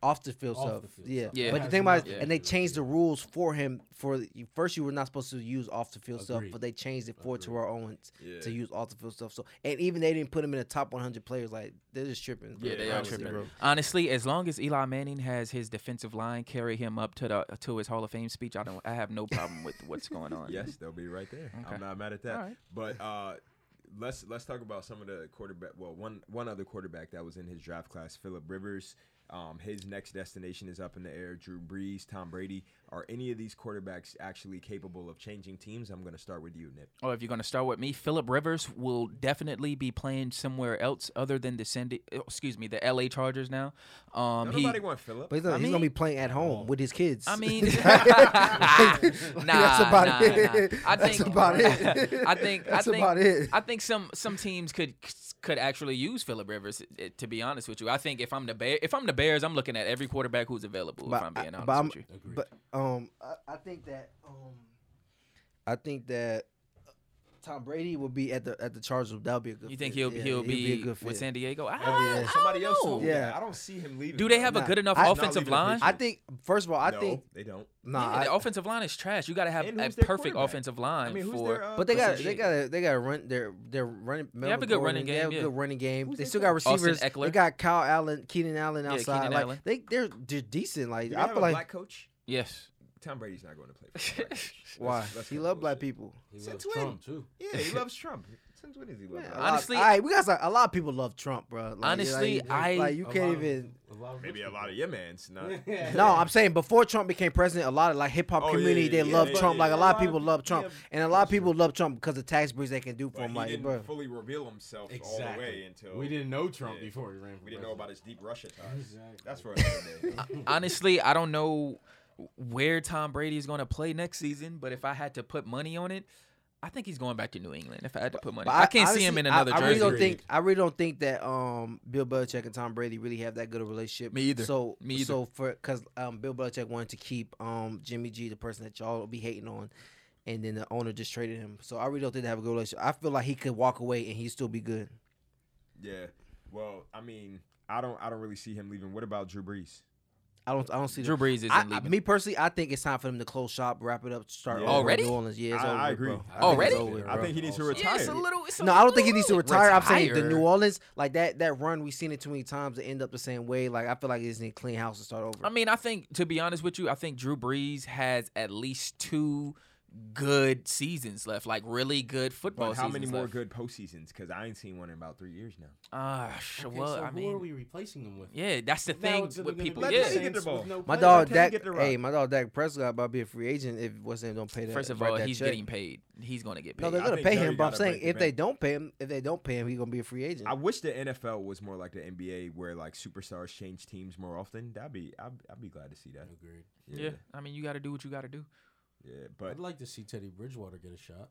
[SPEAKER 8] Off the field
[SPEAKER 9] Off
[SPEAKER 8] stuff,
[SPEAKER 9] the field
[SPEAKER 8] yeah.
[SPEAKER 9] stuff.
[SPEAKER 7] Yeah.
[SPEAKER 8] But the
[SPEAKER 9] Has
[SPEAKER 8] thing about it,
[SPEAKER 9] nothing
[SPEAKER 8] and
[SPEAKER 9] to
[SPEAKER 8] they
[SPEAKER 9] do with
[SPEAKER 8] changed the rules for him. For you- first, you were not supposed to use off the field stuff,
[SPEAKER 9] Agreed.
[SPEAKER 8] but they changed it for
[SPEAKER 9] Agreed.
[SPEAKER 8] Terrell Owens to
[SPEAKER 6] Yeah.
[SPEAKER 8] use off the field stuff. So, and even they didn't put him in the top 100 players. Like they're just tripping.
[SPEAKER 7] Yeah,
[SPEAKER 8] bro,
[SPEAKER 7] they are
[SPEAKER 8] honestly,
[SPEAKER 7] tripping.
[SPEAKER 8] bro.
[SPEAKER 7] Honestly, as long as Eli Manning has his defensive line carry him up to the to his Hall of Fame speech, I don't. I have no problem with what's
[SPEAKER 8] (laughs)
[SPEAKER 7] going on.
[SPEAKER 6] Yes, they'll be right there.
[SPEAKER 7] Okay.
[SPEAKER 6] I'm not mad at that.
[SPEAKER 7] All right.
[SPEAKER 6] But uh, let's let's talk about some of the quarterback. Well, one one other quarterback that was in his draft class, Philip Rivers. Um, his next destination is up in the air. Drew Brees, Tom Brady. Are any of these quarterbacks actually capable of changing teams? I'm going to start with you, Nip.
[SPEAKER 7] Or if you're going to start with me, Philip Rivers will definitely be playing somewhere else other than the Cindy, excuse me, the LA Chargers now.
[SPEAKER 6] Don't
[SPEAKER 7] Um, he,
[SPEAKER 6] nobody want Philip.
[SPEAKER 8] But he's, gonna-
[SPEAKER 7] I
[SPEAKER 8] he's gonna be
[SPEAKER 7] mean-
[SPEAKER 8] playing at home with his kids. (laughs)
[SPEAKER 7] I mean, (laughs)
[SPEAKER 8] Like,
[SPEAKER 7] nah,
[SPEAKER 8] that's about
[SPEAKER 7] nah,
[SPEAKER 8] it.
[SPEAKER 7] nah. I
[SPEAKER 8] (laughs) That's
[SPEAKER 7] think
[SPEAKER 8] about it.
[SPEAKER 7] (laughs) I think
[SPEAKER 8] That's
[SPEAKER 7] I think,
[SPEAKER 8] about it.
[SPEAKER 7] I think some some teams could could actually use Philip Rivers. eh, To be honest with you, I think if I'm the Bear, if I'm the Bears, I'm looking at every quarterback who's available. if I'm being
[SPEAKER 8] I-
[SPEAKER 7] honest
[SPEAKER 8] but
[SPEAKER 7] with you,
[SPEAKER 8] I'm- But um, I, I think that um, I think that uh, Tom Brady will be at the at the Chargers. That would be a good.
[SPEAKER 7] you think
[SPEAKER 8] fit.
[SPEAKER 7] he'll
[SPEAKER 8] Yeah,
[SPEAKER 7] he'll, be,
[SPEAKER 8] fit.
[SPEAKER 7] with San Diego? I,
[SPEAKER 8] yeah.
[SPEAKER 7] I
[SPEAKER 6] Somebody
[SPEAKER 7] don't
[SPEAKER 6] else.
[SPEAKER 7] know.
[SPEAKER 6] told me
[SPEAKER 8] Yeah.
[SPEAKER 6] that. I don't see him leaving.
[SPEAKER 7] Do they
[SPEAKER 6] though.
[SPEAKER 7] have a
[SPEAKER 8] Nah,
[SPEAKER 7] good enough
[SPEAKER 8] I- Not
[SPEAKER 7] offensive
[SPEAKER 6] leaving the
[SPEAKER 7] line?
[SPEAKER 6] picture.
[SPEAKER 8] I think first of all, I
[SPEAKER 6] no,
[SPEAKER 8] think
[SPEAKER 6] they don't.
[SPEAKER 8] nah.
[SPEAKER 7] Yeah, the
[SPEAKER 8] I-
[SPEAKER 7] offensive line is trash. You got to have
[SPEAKER 6] And
[SPEAKER 7] a
[SPEAKER 6] who's their
[SPEAKER 7] perfect
[SPEAKER 6] quarterback?
[SPEAKER 7] offensive line
[SPEAKER 6] I mean, who's
[SPEAKER 7] for.
[SPEAKER 6] their, uh,
[SPEAKER 8] but they got
[SPEAKER 6] percentage?
[SPEAKER 8] they got a, they got to run their their running. They
[SPEAKER 7] have a good running
[SPEAKER 8] They
[SPEAKER 7] game,
[SPEAKER 8] have a
[SPEAKER 7] yeah.
[SPEAKER 8] good running game.
[SPEAKER 6] Who's
[SPEAKER 8] they
[SPEAKER 6] their
[SPEAKER 8] still got
[SPEAKER 7] quarterback? Austin
[SPEAKER 8] receivers. They
[SPEAKER 7] Eckler.
[SPEAKER 8] got Kyle Allen, Keenan Allen
[SPEAKER 7] Yeah,
[SPEAKER 8] outside.
[SPEAKER 7] Keenan
[SPEAKER 8] like
[SPEAKER 7] Allen.
[SPEAKER 8] they they're they're decent. Like
[SPEAKER 6] Do they
[SPEAKER 8] I
[SPEAKER 6] have a
[SPEAKER 8] feel like
[SPEAKER 6] black coach?
[SPEAKER 7] yes,
[SPEAKER 6] Tom Brady's not going to play for the Packers.
[SPEAKER 8] (laughs)
[SPEAKER 6] Let's-
[SPEAKER 8] Why?
[SPEAKER 6] let's
[SPEAKER 8] He
[SPEAKER 6] cut
[SPEAKER 8] loved
[SPEAKER 6] the
[SPEAKER 8] black
[SPEAKER 6] bullshit.
[SPEAKER 8] people.
[SPEAKER 9] He
[SPEAKER 6] Since
[SPEAKER 9] loved
[SPEAKER 6] when?
[SPEAKER 9] Trump, too.
[SPEAKER 6] Yeah, (laughs) he loves Trump. Since when does he love?
[SPEAKER 8] A
[SPEAKER 6] Trump?
[SPEAKER 8] lot-
[SPEAKER 7] Honestly-
[SPEAKER 8] all right, we got some- a lot of people love Trump, bro. Like,
[SPEAKER 7] Honestly,
[SPEAKER 8] like,
[SPEAKER 7] I-
[SPEAKER 8] like you
[SPEAKER 9] A
[SPEAKER 8] can't
[SPEAKER 9] lot of-
[SPEAKER 8] even.
[SPEAKER 9] a lot of
[SPEAKER 6] maybe a
[SPEAKER 9] (laughs) people.
[SPEAKER 6] lot of your man's not.
[SPEAKER 9] (laughs) Yeah.
[SPEAKER 8] No, I'm saying before Trump became president, a lot of like hip hop
[SPEAKER 6] Oh, yeah,
[SPEAKER 8] community
[SPEAKER 6] yeah,
[SPEAKER 8] they
[SPEAKER 6] yeah,
[SPEAKER 8] love
[SPEAKER 6] yeah,
[SPEAKER 8] Trump.
[SPEAKER 6] yeah.
[SPEAKER 8] Like
[SPEAKER 6] A
[SPEAKER 8] a lot
[SPEAKER 6] lot
[SPEAKER 8] of people
[SPEAKER 6] of-
[SPEAKER 8] love Trump,
[SPEAKER 6] yeah,
[SPEAKER 8] and a lot of people love Trump because of tax breaks they can do for
[SPEAKER 6] But
[SPEAKER 8] him.
[SPEAKER 6] he
[SPEAKER 8] Like,
[SPEAKER 6] didn't
[SPEAKER 8] bro,
[SPEAKER 6] fully reveal himself all the way
[SPEAKER 9] Exactly.
[SPEAKER 6] until
[SPEAKER 9] we didn't know Trump
[SPEAKER 6] Yeah.
[SPEAKER 9] before he ran for
[SPEAKER 6] We didn't know about his deep Russia ties.
[SPEAKER 9] Exactly.
[SPEAKER 6] That's for another
[SPEAKER 7] (laughs)
[SPEAKER 6] day.
[SPEAKER 7] Honestly, I don't know where Tom Brady is going to play next season, but if I had to put money on it, I think he's going back to New England. If I had to put money,
[SPEAKER 8] But
[SPEAKER 7] I, can't see him
[SPEAKER 8] honestly,
[SPEAKER 7] in another
[SPEAKER 8] I, I really
[SPEAKER 7] jersey.
[SPEAKER 8] don't think I really don't think that um Bill Belichick and Tom Brady really have that good a relationship.
[SPEAKER 7] Me either.
[SPEAKER 8] So
[SPEAKER 7] Me either.
[SPEAKER 8] So for because um Bill Belichick wanted to keep um Jimmy G, the person that y'all be hating on, and then the owner just traded him. So I really don't think they have a good relationship. I feel like he could walk away and he'd still be good.
[SPEAKER 6] yeah. Well, I mean, I don't. I don't really see him leaving. What about Drew Brees?
[SPEAKER 8] I don't. I don't see.
[SPEAKER 7] Drew
[SPEAKER 8] the,
[SPEAKER 7] Brees isn't
[SPEAKER 8] I, I,
[SPEAKER 7] leaving.
[SPEAKER 8] me personally, I think it's time for them to close shop, wrap it up, start
[SPEAKER 6] Yeah.
[SPEAKER 8] over in
[SPEAKER 7] Already?
[SPEAKER 8] New Orleans. Yeah, it's
[SPEAKER 6] I-
[SPEAKER 8] over,
[SPEAKER 6] I
[SPEAKER 8] with,
[SPEAKER 6] agree.
[SPEAKER 8] bro. I think it's
[SPEAKER 7] Already?
[SPEAKER 8] over with,
[SPEAKER 6] I
[SPEAKER 8] bro.
[SPEAKER 6] think he needs to retire.
[SPEAKER 7] yeah, it's a little. It's a
[SPEAKER 8] No, I don't think he needs to
[SPEAKER 7] little-
[SPEAKER 8] retire. I'm saying the New
[SPEAKER 7] retire.
[SPEAKER 8] Orleans, like that, that run we've seen it too many times to end up the same way. Like I feel like it's need a clean house to start over.
[SPEAKER 7] I mean, I think to be honest with you, I think Drew Brees has at least two good seasons left, like really good football.
[SPEAKER 6] But how
[SPEAKER 7] seasons
[SPEAKER 6] many more
[SPEAKER 7] left.
[SPEAKER 6] good postseasons? Because I ain't seen one in about three years now.
[SPEAKER 7] Ah, sh-
[SPEAKER 9] Okay, so
[SPEAKER 7] well, I
[SPEAKER 9] who are
[SPEAKER 7] mean,
[SPEAKER 9] we replacing them with?
[SPEAKER 7] yeah, that's the
[SPEAKER 9] Now
[SPEAKER 7] thing
[SPEAKER 9] it's gonna
[SPEAKER 7] with
[SPEAKER 9] be
[SPEAKER 7] people.
[SPEAKER 9] the
[SPEAKER 6] Let the
[SPEAKER 7] Yeah.
[SPEAKER 6] nigga get
[SPEAKER 9] Saints
[SPEAKER 6] the ball.
[SPEAKER 9] with no
[SPEAKER 8] my
[SPEAKER 9] players.
[SPEAKER 8] dog
[SPEAKER 6] Let Teddy
[SPEAKER 8] Dak,
[SPEAKER 6] get the rock.
[SPEAKER 8] hey, my dog Dak Prescott about to be a free agent if what's name don't pay that.
[SPEAKER 7] First of
[SPEAKER 8] write
[SPEAKER 7] all,
[SPEAKER 8] that
[SPEAKER 7] he's
[SPEAKER 8] check.
[SPEAKER 7] getting paid. He's gonna get paid.
[SPEAKER 8] No, they're
[SPEAKER 6] I
[SPEAKER 8] gonna
[SPEAKER 6] think
[SPEAKER 8] pay
[SPEAKER 6] Jerry
[SPEAKER 8] him, but I'm
[SPEAKER 6] gotta
[SPEAKER 8] saying
[SPEAKER 6] break the
[SPEAKER 8] if they
[SPEAKER 6] bank.
[SPEAKER 8] don't pay him, if they don't pay him, he's gonna be a free agent.
[SPEAKER 6] I wish the NFL was more like the NBA, where like superstars change teams more often. That'd be. I'd, I'd be glad to see that.
[SPEAKER 9] Agreed.
[SPEAKER 7] yeah. I mean, you got to do what you got to do.
[SPEAKER 6] Yeah, but
[SPEAKER 9] I'd like to see Teddy Bridgewater get a shot.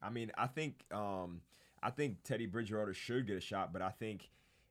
[SPEAKER 6] I mean, I think um, I think Teddy Bridgewater should get a shot, but I think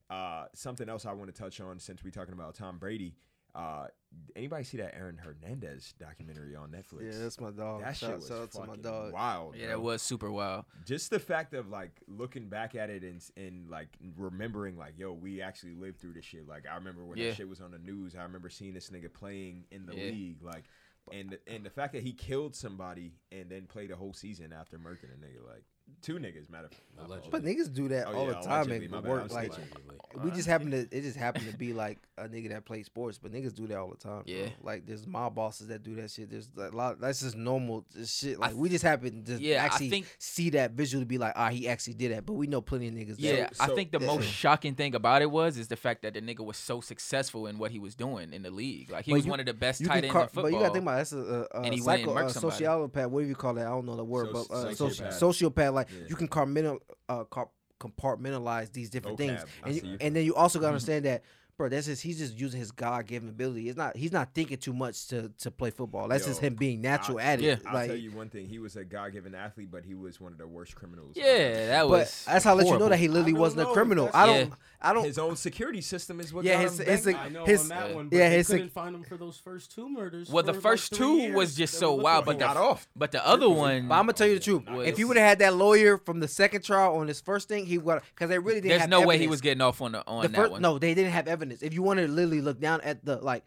[SPEAKER 6] uh, something else I want to touch on since we're talking about Tom Brady. Uh, anybody see that Aaron Hernandez documentary on Netflix?
[SPEAKER 8] yeah, that's my dog.
[SPEAKER 6] that
[SPEAKER 8] shout,
[SPEAKER 6] shit was
[SPEAKER 8] shout out to my
[SPEAKER 6] fucking
[SPEAKER 8] dog.
[SPEAKER 6] wild.
[SPEAKER 7] Yeah,
[SPEAKER 6] bro.
[SPEAKER 7] that was super wild.
[SPEAKER 6] Just the fact of like looking back at it and s- and like remembering like, yo, we actually lived through this shit. Like I remember when
[SPEAKER 7] Yeah.
[SPEAKER 6] that shit was on the news. I remember seeing this nigga playing in the
[SPEAKER 7] Yeah.
[SPEAKER 6] league. Like, and and the fact that he killed somebody and then played a whole season after murking a nigga, like two niggas, matter. of fact. My fault.
[SPEAKER 8] But niggas do that
[SPEAKER 6] Oh,
[SPEAKER 8] all
[SPEAKER 6] yeah,
[SPEAKER 8] the time
[SPEAKER 6] allegedly,
[SPEAKER 8] at
[SPEAKER 6] my bad,
[SPEAKER 8] work.
[SPEAKER 6] I'm
[SPEAKER 8] Like
[SPEAKER 6] snitching.
[SPEAKER 8] we just happen to it just happened to
[SPEAKER 7] (laughs)
[SPEAKER 8] be like a nigga that plays sports, but niggas do that all the time. bro.
[SPEAKER 7] Yeah.
[SPEAKER 8] Like there's mob bosses that do that shit. There's a lot that's just normal just shit. Like we just happen to
[SPEAKER 7] Yeah, I
[SPEAKER 8] actually
[SPEAKER 7] think-
[SPEAKER 8] see that visual to be like, ah, he actually did that. But we know plenty of niggas that-
[SPEAKER 7] Yeah, I
[SPEAKER 6] so-
[SPEAKER 7] think the
[SPEAKER 8] Yeah.
[SPEAKER 7] most shocking thing about it was is the fact that the nigga was so successful in what he was doing in the league. Like he
[SPEAKER 8] But
[SPEAKER 7] was
[SPEAKER 8] you-
[SPEAKER 7] one of the best
[SPEAKER 8] you
[SPEAKER 7] tight
[SPEAKER 8] can
[SPEAKER 7] ends
[SPEAKER 8] call-
[SPEAKER 7] in football.
[SPEAKER 8] But you gotta think about that's a, a, a
[SPEAKER 7] And he went and
[SPEAKER 8] psycho,
[SPEAKER 7] murked
[SPEAKER 8] a
[SPEAKER 7] somebody.
[SPEAKER 8] sociopath. What do you call that? I don't know the word,
[SPEAKER 6] Soci-
[SPEAKER 8] but uh, sociopath.
[SPEAKER 6] sociopath.
[SPEAKER 8] sociopath. Like
[SPEAKER 6] Yeah.
[SPEAKER 8] you can compartmental, uh, car- compartmentalize these different things,
[SPEAKER 6] Vocab. I
[SPEAKER 8] and
[SPEAKER 6] see
[SPEAKER 8] you,
[SPEAKER 6] you.
[SPEAKER 8] and then you also
[SPEAKER 7] Mm-hmm.
[SPEAKER 8] gotta understand that. Bro, that's just he's just using his God given ability. It's not he's not thinking too much to, to play football. That's just
[SPEAKER 6] Yo,
[SPEAKER 8] him being natural at it.
[SPEAKER 7] yeah.
[SPEAKER 6] I'll
[SPEAKER 8] like,
[SPEAKER 6] tell you one thing. He was a God-given athlete, but he was one of the worst criminals. I've ever
[SPEAKER 7] yeah, that
[SPEAKER 8] but
[SPEAKER 7] was.
[SPEAKER 8] that's how I let you know
[SPEAKER 7] horrible.
[SPEAKER 8] that he literally
[SPEAKER 9] I don't
[SPEAKER 8] wasn't a
[SPEAKER 9] know if
[SPEAKER 8] criminal. I
[SPEAKER 9] that's-
[SPEAKER 8] don't.
[SPEAKER 7] Yeah.
[SPEAKER 8] I don't.
[SPEAKER 6] His own security system is what
[SPEAKER 8] Yeah,
[SPEAKER 6] got
[SPEAKER 8] his-
[SPEAKER 6] him
[SPEAKER 8] his-
[SPEAKER 6] banged.
[SPEAKER 9] I know
[SPEAKER 8] His-
[SPEAKER 9] on that one, but
[SPEAKER 8] yeah,
[SPEAKER 9] yeah, they
[SPEAKER 8] his-
[SPEAKER 9] couldn't find him for those first two murders.
[SPEAKER 7] well, the
[SPEAKER 9] for, like,
[SPEAKER 7] first
[SPEAKER 9] three
[SPEAKER 7] two
[SPEAKER 9] years
[SPEAKER 7] was just
[SPEAKER 9] that
[SPEAKER 7] so
[SPEAKER 9] we looked
[SPEAKER 7] wild,
[SPEAKER 9] for
[SPEAKER 7] but
[SPEAKER 9] him.
[SPEAKER 7] the but the other one.
[SPEAKER 8] But I'm gonna tell you the truth. If you would have had that lawyer from the second trial on his first thing, he would because they really didn't.
[SPEAKER 7] there's
[SPEAKER 8] have
[SPEAKER 7] no way he
[SPEAKER 8] evidence.
[SPEAKER 7] was getting off on the, on
[SPEAKER 8] the
[SPEAKER 7] that
[SPEAKER 8] first,
[SPEAKER 7] one.
[SPEAKER 8] No, they didn't have evidence. If you want to literally look down at the like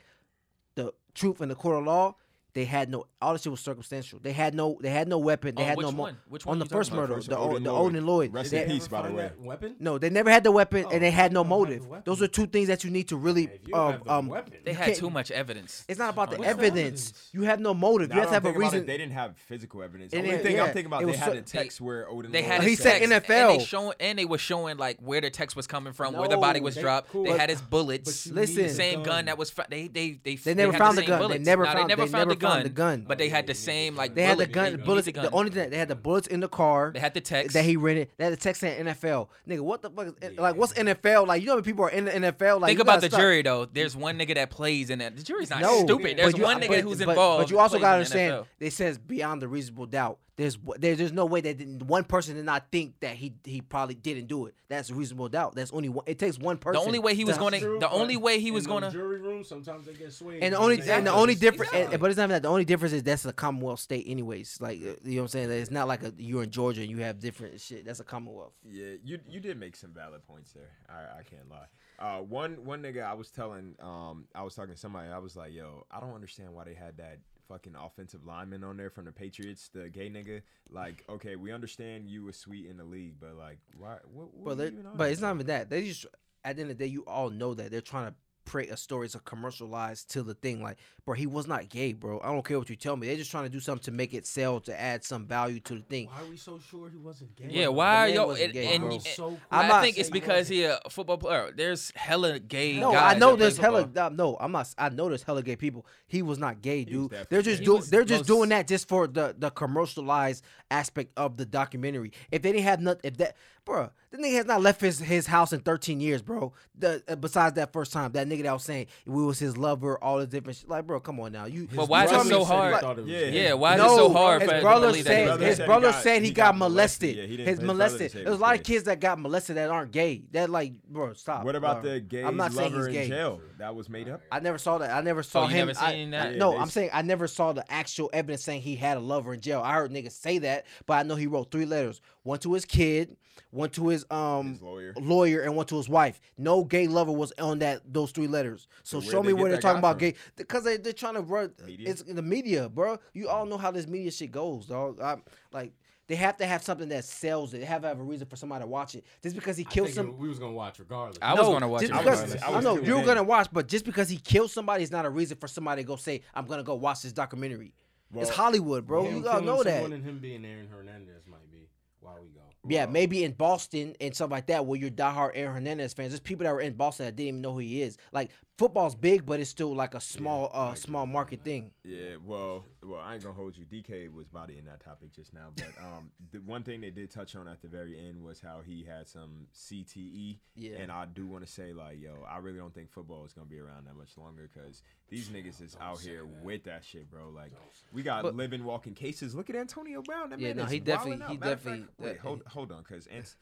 [SPEAKER 8] the truth in the court of law, they had no. All this shit was circumstantial. They had no. They had no weapon. They
[SPEAKER 7] On
[SPEAKER 8] had
[SPEAKER 7] Oh, which
[SPEAKER 8] no. mo-
[SPEAKER 7] one? Which one
[SPEAKER 8] on
[SPEAKER 7] you
[SPEAKER 8] the
[SPEAKER 7] talking
[SPEAKER 8] first
[SPEAKER 7] about?
[SPEAKER 8] murder,
[SPEAKER 6] First
[SPEAKER 8] the
[SPEAKER 6] Odin
[SPEAKER 8] the
[SPEAKER 6] Lloyd.
[SPEAKER 8] Odin Lloyd.
[SPEAKER 6] Rest
[SPEAKER 8] They-
[SPEAKER 6] in
[SPEAKER 9] Did they
[SPEAKER 6] peace,
[SPEAKER 9] ever
[SPEAKER 6] by the
[SPEAKER 9] find
[SPEAKER 6] way.
[SPEAKER 9] that Weapon?
[SPEAKER 8] No, they never had the weapon,
[SPEAKER 9] Oh,
[SPEAKER 8] and they had no
[SPEAKER 9] don't have the
[SPEAKER 8] motive.
[SPEAKER 9] weapon.
[SPEAKER 8] Those are two things that you need to really.
[SPEAKER 9] If you
[SPEAKER 8] um,
[SPEAKER 9] have the
[SPEAKER 8] um,
[SPEAKER 9] weapon,
[SPEAKER 7] they
[SPEAKER 8] you
[SPEAKER 7] had
[SPEAKER 8] can't-
[SPEAKER 7] too much evidence.
[SPEAKER 8] It's not about
[SPEAKER 7] on
[SPEAKER 8] the
[SPEAKER 7] that one.
[SPEAKER 8] evidence.
[SPEAKER 9] evidence?
[SPEAKER 8] You have no motive.
[SPEAKER 6] Now
[SPEAKER 8] you have to
[SPEAKER 6] that
[SPEAKER 8] have
[SPEAKER 6] I'm
[SPEAKER 8] a
[SPEAKER 6] thinking about it,
[SPEAKER 8] reason.
[SPEAKER 6] they didn't have physical evidence. The
[SPEAKER 8] It
[SPEAKER 6] only
[SPEAKER 8] didn't-
[SPEAKER 6] thing
[SPEAKER 8] yeah,
[SPEAKER 6] I'm thinking about,
[SPEAKER 8] it
[SPEAKER 6] they
[SPEAKER 8] was
[SPEAKER 6] had
[SPEAKER 8] so-
[SPEAKER 6] a text where Odin
[SPEAKER 7] They had
[SPEAKER 6] Lloyd-
[SPEAKER 8] He
[SPEAKER 7] his
[SPEAKER 8] said
[SPEAKER 7] text,
[SPEAKER 8] NFL.
[SPEAKER 7] and they showing and they were showing like where the text was coming from, where the body
[SPEAKER 9] No,
[SPEAKER 7] was
[SPEAKER 9] they-
[SPEAKER 7] dropped.
[SPEAKER 9] cool.
[SPEAKER 7] They
[SPEAKER 9] But-
[SPEAKER 7] had his bullets.
[SPEAKER 9] but you
[SPEAKER 8] Listen.
[SPEAKER 9] need a
[SPEAKER 7] same gun that was fo- they they they
[SPEAKER 8] They never
[SPEAKER 7] had
[SPEAKER 8] found the
[SPEAKER 7] same
[SPEAKER 8] gun. They
[SPEAKER 7] bullets.
[SPEAKER 8] never
[SPEAKER 7] No,
[SPEAKER 8] found-
[SPEAKER 7] they never
[SPEAKER 8] they
[SPEAKER 7] found
[SPEAKER 8] never
[SPEAKER 7] the gun,
[SPEAKER 8] found the gun.
[SPEAKER 7] but they had the same like
[SPEAKER 8] They had the
[SPEAKER 7] bullet.
[SPEAKER 8] gun,
[SPEAKER 7] You
[SPEAKER 8] the
[SPEAKER 7] need
[SPEAKER 8] bullets.
[SPEAKER 7] the
[SPEAKER 8] The,
[SPEAKER 7] gun.
[SPEAKER 8] only thing that- they had the bullets in the car.
[SPEAKER 7] They had the text.
[SPEAKER 8] that he rented. That the text saying NFL. Nigga, what the fuck? Is, Like, what's NFL? Like, you know, when people are in the NFL. Like,
[SPEAKER 7] Think
[SPEAKER 8] you
[SPEAKER 7] about
[SPEAKER 8] gotta
[SPEAKER 7] the
[SPEAKER 8] stop-
[SPEAKER 7] jury though. There's one nigga that plays in that. The jury's not
[SPEAKER 8] No,
[SPEAKER 7] stupid. There's
[SPEAKER 8] but you-
[SPEAKER 7] one nigga
[SPEAKER 8] but-
[SPEAKER 7] who's
[SPEAKER 8] but-
[SPEAKER 7] involved.
[SPEAKER 8] But you
[SPEAKER 7] who
[SPEAKER 8] also
[SPEAKER 7] plays
[SPEAKER 8] gotta
[SPEAKER 7] in the
[SPEAKER 8] understand,
[SPEAKER 7] NFL.
[SPEAKER 8] they says beyond the reasonable doubt. There's w- there, there's no way that didn't, one person did not think that he he probably didn't do it. That's reasonable doubt. That's only one. It takes one person.
[SPEAKER 7] The only way he was
[SPEAKER 8] to-
[SPEAKER 7] going to.
[SPEAKER 9] True,
[SPEAKER 7] The
[SPEAKER 9] but
[SPEAKER 7] only way he
[SPEAKER 9] in
[SPEAKER 7] was uh,
[SPEAKER 9] the
[SPEAKER 7] going to.
[SPEAKER 9] jury room. Sometimes they get swayed.
[SPEAKER 8] And the only and
[SPEAKER 9] Exactly.
[SPEAKER 8] the only difference,
[SPEAKER 7] Exactly.
[SPEAKER 8] and, but it's not even that. The only difference is that's a Commonwealth state, anyways. Like uh, you know what I'm saying. That It's not like a, you're in Georgia and you have different shit. That's a Commonwealth.
[SPEAKER 6] Yeah, you you did make some valid points there. I, I can't lie. Uh, one one nigga I was telling, um, I was talking to somebody. I was like, "Yo, I don't understand why they had that fucking offensive lineman on there from the Patriots, the gay nigga.
[SPEAKER 9] (sighs)
[SPEAKER 6] Like, okay, we understand you were sweet in the league, but like, why? What? what
[SPEAKER 8] But
[SPEAKER 6] are
[SPEAKER 8] they-
[SPEAKER 6] you even on
[SPEAKER 8] but
[SPEAKER 6] there
[SPEAKER 8] it's not
[SPEAKER 6] for?
[SPEAKER 8] even that. They just at the end of the day, you all know that they're trying to create a story to commercialize to the thing. Like, bro, he was not gay, bro. I don't care what you tell me. They're just trying to do something to make it sell to add some value to the thing.
[SPEAKER 9] Why are we so sure he wasn't gay?
[SPEAKER 7] Yeah, why are
[SPEAKER 8] man
[SPEAKER 7] y'all?
[SPEAKER 8] wasn't
[SPEAKER 7] And,
[SPEAKER 8] gay,
[SPEAKER 7] and-
[SPEAKER 8] bro.
[SPEAKER 7] and
[SPEAKER 9] So
[SPEAKER 7] I
[SPEAKER 8] I'm not
[SPEAKER 7] think it's
[SPEAKER 8] saying he
[SPEAKER 7] because he a football player. There's hella gay
[SPEAKER 8] No,
[SPEAKER 7] guys.
[SPEAKER 8] I know
[SPEAKER 7] that play
[SPEAKER 8] there's hella.
[SPEAKER 7] football.
[SPEAKER 8] nah, No, I'm not. I know there's hella gay people. He was not gay, dude.
[SPEAKER 6] definitely
[SPEAKER 8] They're just
[SPEAKER 7] gay.
[SPEAKER 8] do,
[SPEAKER 7] He was
[SPEAKER 8] they're just
[SPEAKER 7] most-
[SPEAKER 8] doing that just for the the commercialized aspect of the documentary. If they didn't have nothing, if that, bro, the nigga has not left his his house in 13 years, bro. The, uh, besides that first time, that nigga that was saying we was his lover, all the different shit. Like, bro, come on now, you.
[SPEAKER 7] But why is it
[SPEAKER 8] brother
[SPEAKER 7] so
[SPEAKER 8] said he
[SPEAKER 7] hard?
[SPEAKER 8] thought
[SPEAKER 9] it was
[SPEAKER 7] yeah,
[SPEAKER 6] gay.
[SPEAKER 7] why is it so hard
[SPEAKER 8] his
[SPEAKER 7] for us to
[SPEAKER 8] brother
[SPEAKER 7] believe that he
[SPEAKER 8] said
[SPEAKER 6] brother
[SPEAKER 8] his
[SPEAKER 7] was gay?
[SPEAKER 6] said he
[SPEAKER 8] brother
[SPEAKER 6] got-
[SPEAKER 8] said he
[SPEAKER 6] he
[SPEAKER 8] got
[SPEAKER 6] got molested.
[SPEAKER 8] molested.
[SPEAKER 6] Yeah, he didn't- his
[SPEAKER 8] His
[SPEAKER 6] brother
[SPEAKER 8] molested.
[SPEAKER 6] said he
[SPEAKER 8] There's
[SPEAKER 6] was
[SPEAKER 8] a lot of
[SPEAKER 6] gay.
[SPEAKER 8] kids that got molested that aren't gay. That like, bro, stop.
[SPEAKER 6] What about
[SPEAKER 8] bro.
[SPEAKER 6] the gay
[SPEAKER 8] I'm not saying
[SPEAKER 6] lover
[SPEAKER 8] he's
[SPEAKER 6] in
[SPEAKER 8] gay.
[SPEAKER 6] jail? That was made up.
[SPEAKER 8] I never saw that. I never saw
[SPEAKER 7] you
[SPEAKER 8] him.
[SPEAKER 7] never
[SPEAKER 8] I-
[SPEAKER 7] seen
[SPEAKER 8] I-
[SPEAKER 7] that?
[SPEAKER 8] no,
[SPEAKER 6] Yeah,
[SPEAKER 8] I'm
[SPEAKER 6] they-
[SPEAKER 8] saying I never saw the actual evidence saying he had a lover in jail. I heard niggas say that, but I know he wrote three letters: one to his kid, one to his um
[SPEAKER 6] His lawyer.
[SPEAKER 8] and one to his wife. No gay lover was on that those three letters. So,
[SPEAKER 6] where'd
[SPEAKER 8] show me
[SPEAKER 6] they
[SPEAKER 8] where
[SPEAKER 6] get
[SPEAKER 8] they're
[SPEAKER 6] that
[SPEAKER 8] talking
[SPEAKER 6] guy
[SPEAKER 8] about
[SPEAKER 6] from?
[SPEAKER 8] gay because they they're trying to run.
[SPEAKER 6] Media?
[SPEAKER 8] It's in the media, bro. You all know how this media shit goes, dog. I'm, like. They have to have something that sells it. They have to have a reason for somebody to watch it. Just because he killed some,
[SPEAKER 9] We was gonna watch regardless.
[SPEAKER 7] I was
[SPEAKER 8] no,
[SPEAKER 7] gonna watch it.
[SPEAKER 8] just
[SPEAKER 7] I was
[SPEAKER 8] Because,
[SPEAKER 7] gonna-
[SPEAKER 6] I was
[SPEAKER 8] no,
[SPEAKER 6] too.
[SPEAKER 8] you were
[SPEAKER 6] Yeah.
[SPEAKER 8] gonna watch, but just because he killed somebody is not a reason for somebody to go say, "I'm gonna go watch this documentary." it's Hollywood, bro.
[SPEAKER 9] Him
[SPEAKER 8] you all
[SPEAKER 9] killing
[SPEAKER 8] know that.
[SPEAKER 9] someone and him being Aaron Hernandez might be why we go.
[SPEAKER 8] Yeah, maybe in Boston and stuff like that, where you're diehard Aaron Hernandez fans. There's people that were in Boston that didn't even know who he is. Like football's big, but it's still like a small, uh, small market thing.
[SPEAKER 6] Yeah, well, well, I ain't gonna hold you. DK was bodying that topic just now,
[SPEAKER 8] (laughs)
[SPEAKER 6] but um, the one thing they did touch on at the very end was how he had some CTE.
[SPEAKER 8] Yeah.
[SPEAKER 6] And I do want to say, like, yo, I really don't think football is gonna be around that much longer because these niggas is out here with that shit, bro. Like, we got living, walking cases. Look at Antonio Brown. That
[SPEAKER 8] Yeah,
[SPEAKER 6] man
[SPEAKER 8] no,
[SPEAKER 6] is
[SPEAKER 8] he definitely-
[SPEAKER 6] wilding out.
[SPEAKER 8] he
[SPEAKER 6] Matter of
[SPEAKER 8] definitely-
[SPEAKER 6] Fact, wait,
[SPEAKER 8] that-
[SPEAKER 6] hold, hold on, because
[SPEAKER 8] (laughs)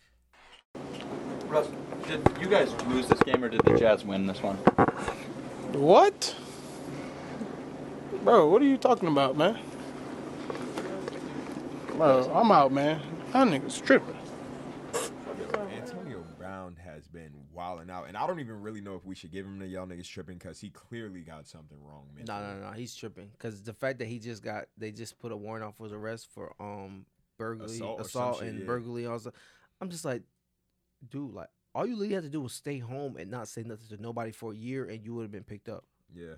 [SPEAKER 11] Russ, did you guys lose this game or did the Jazz win this one?
[SPEAKER 3] What? Bro, what are you talking about, man? Bro, I'm out, man. That nigga's tripping.
[SPEAKER 6] Antonio Brown has been wilding out, and I don't even really know if we should give him the y'all niggas tripping because he clearly got something wrong, man.
[SPEAKER 8] No, no, no, he's tripping because the fact that he just got, they just put a warrant out for his arrest for um burglary,
[SPEAKER 6] Assault
[SPEAKER 8] assault,
[SPEAKER 6] or some shit,
[SPEAKER 8] and
[SPEAKER 6] yeah.
[SPEAKER 8] burglary. Also, I'm just like, dude, like all you literally had to do was stay home and not say nothing to nobody for a year, and you would have been picked up.
[SPEAKER 6] Yeah,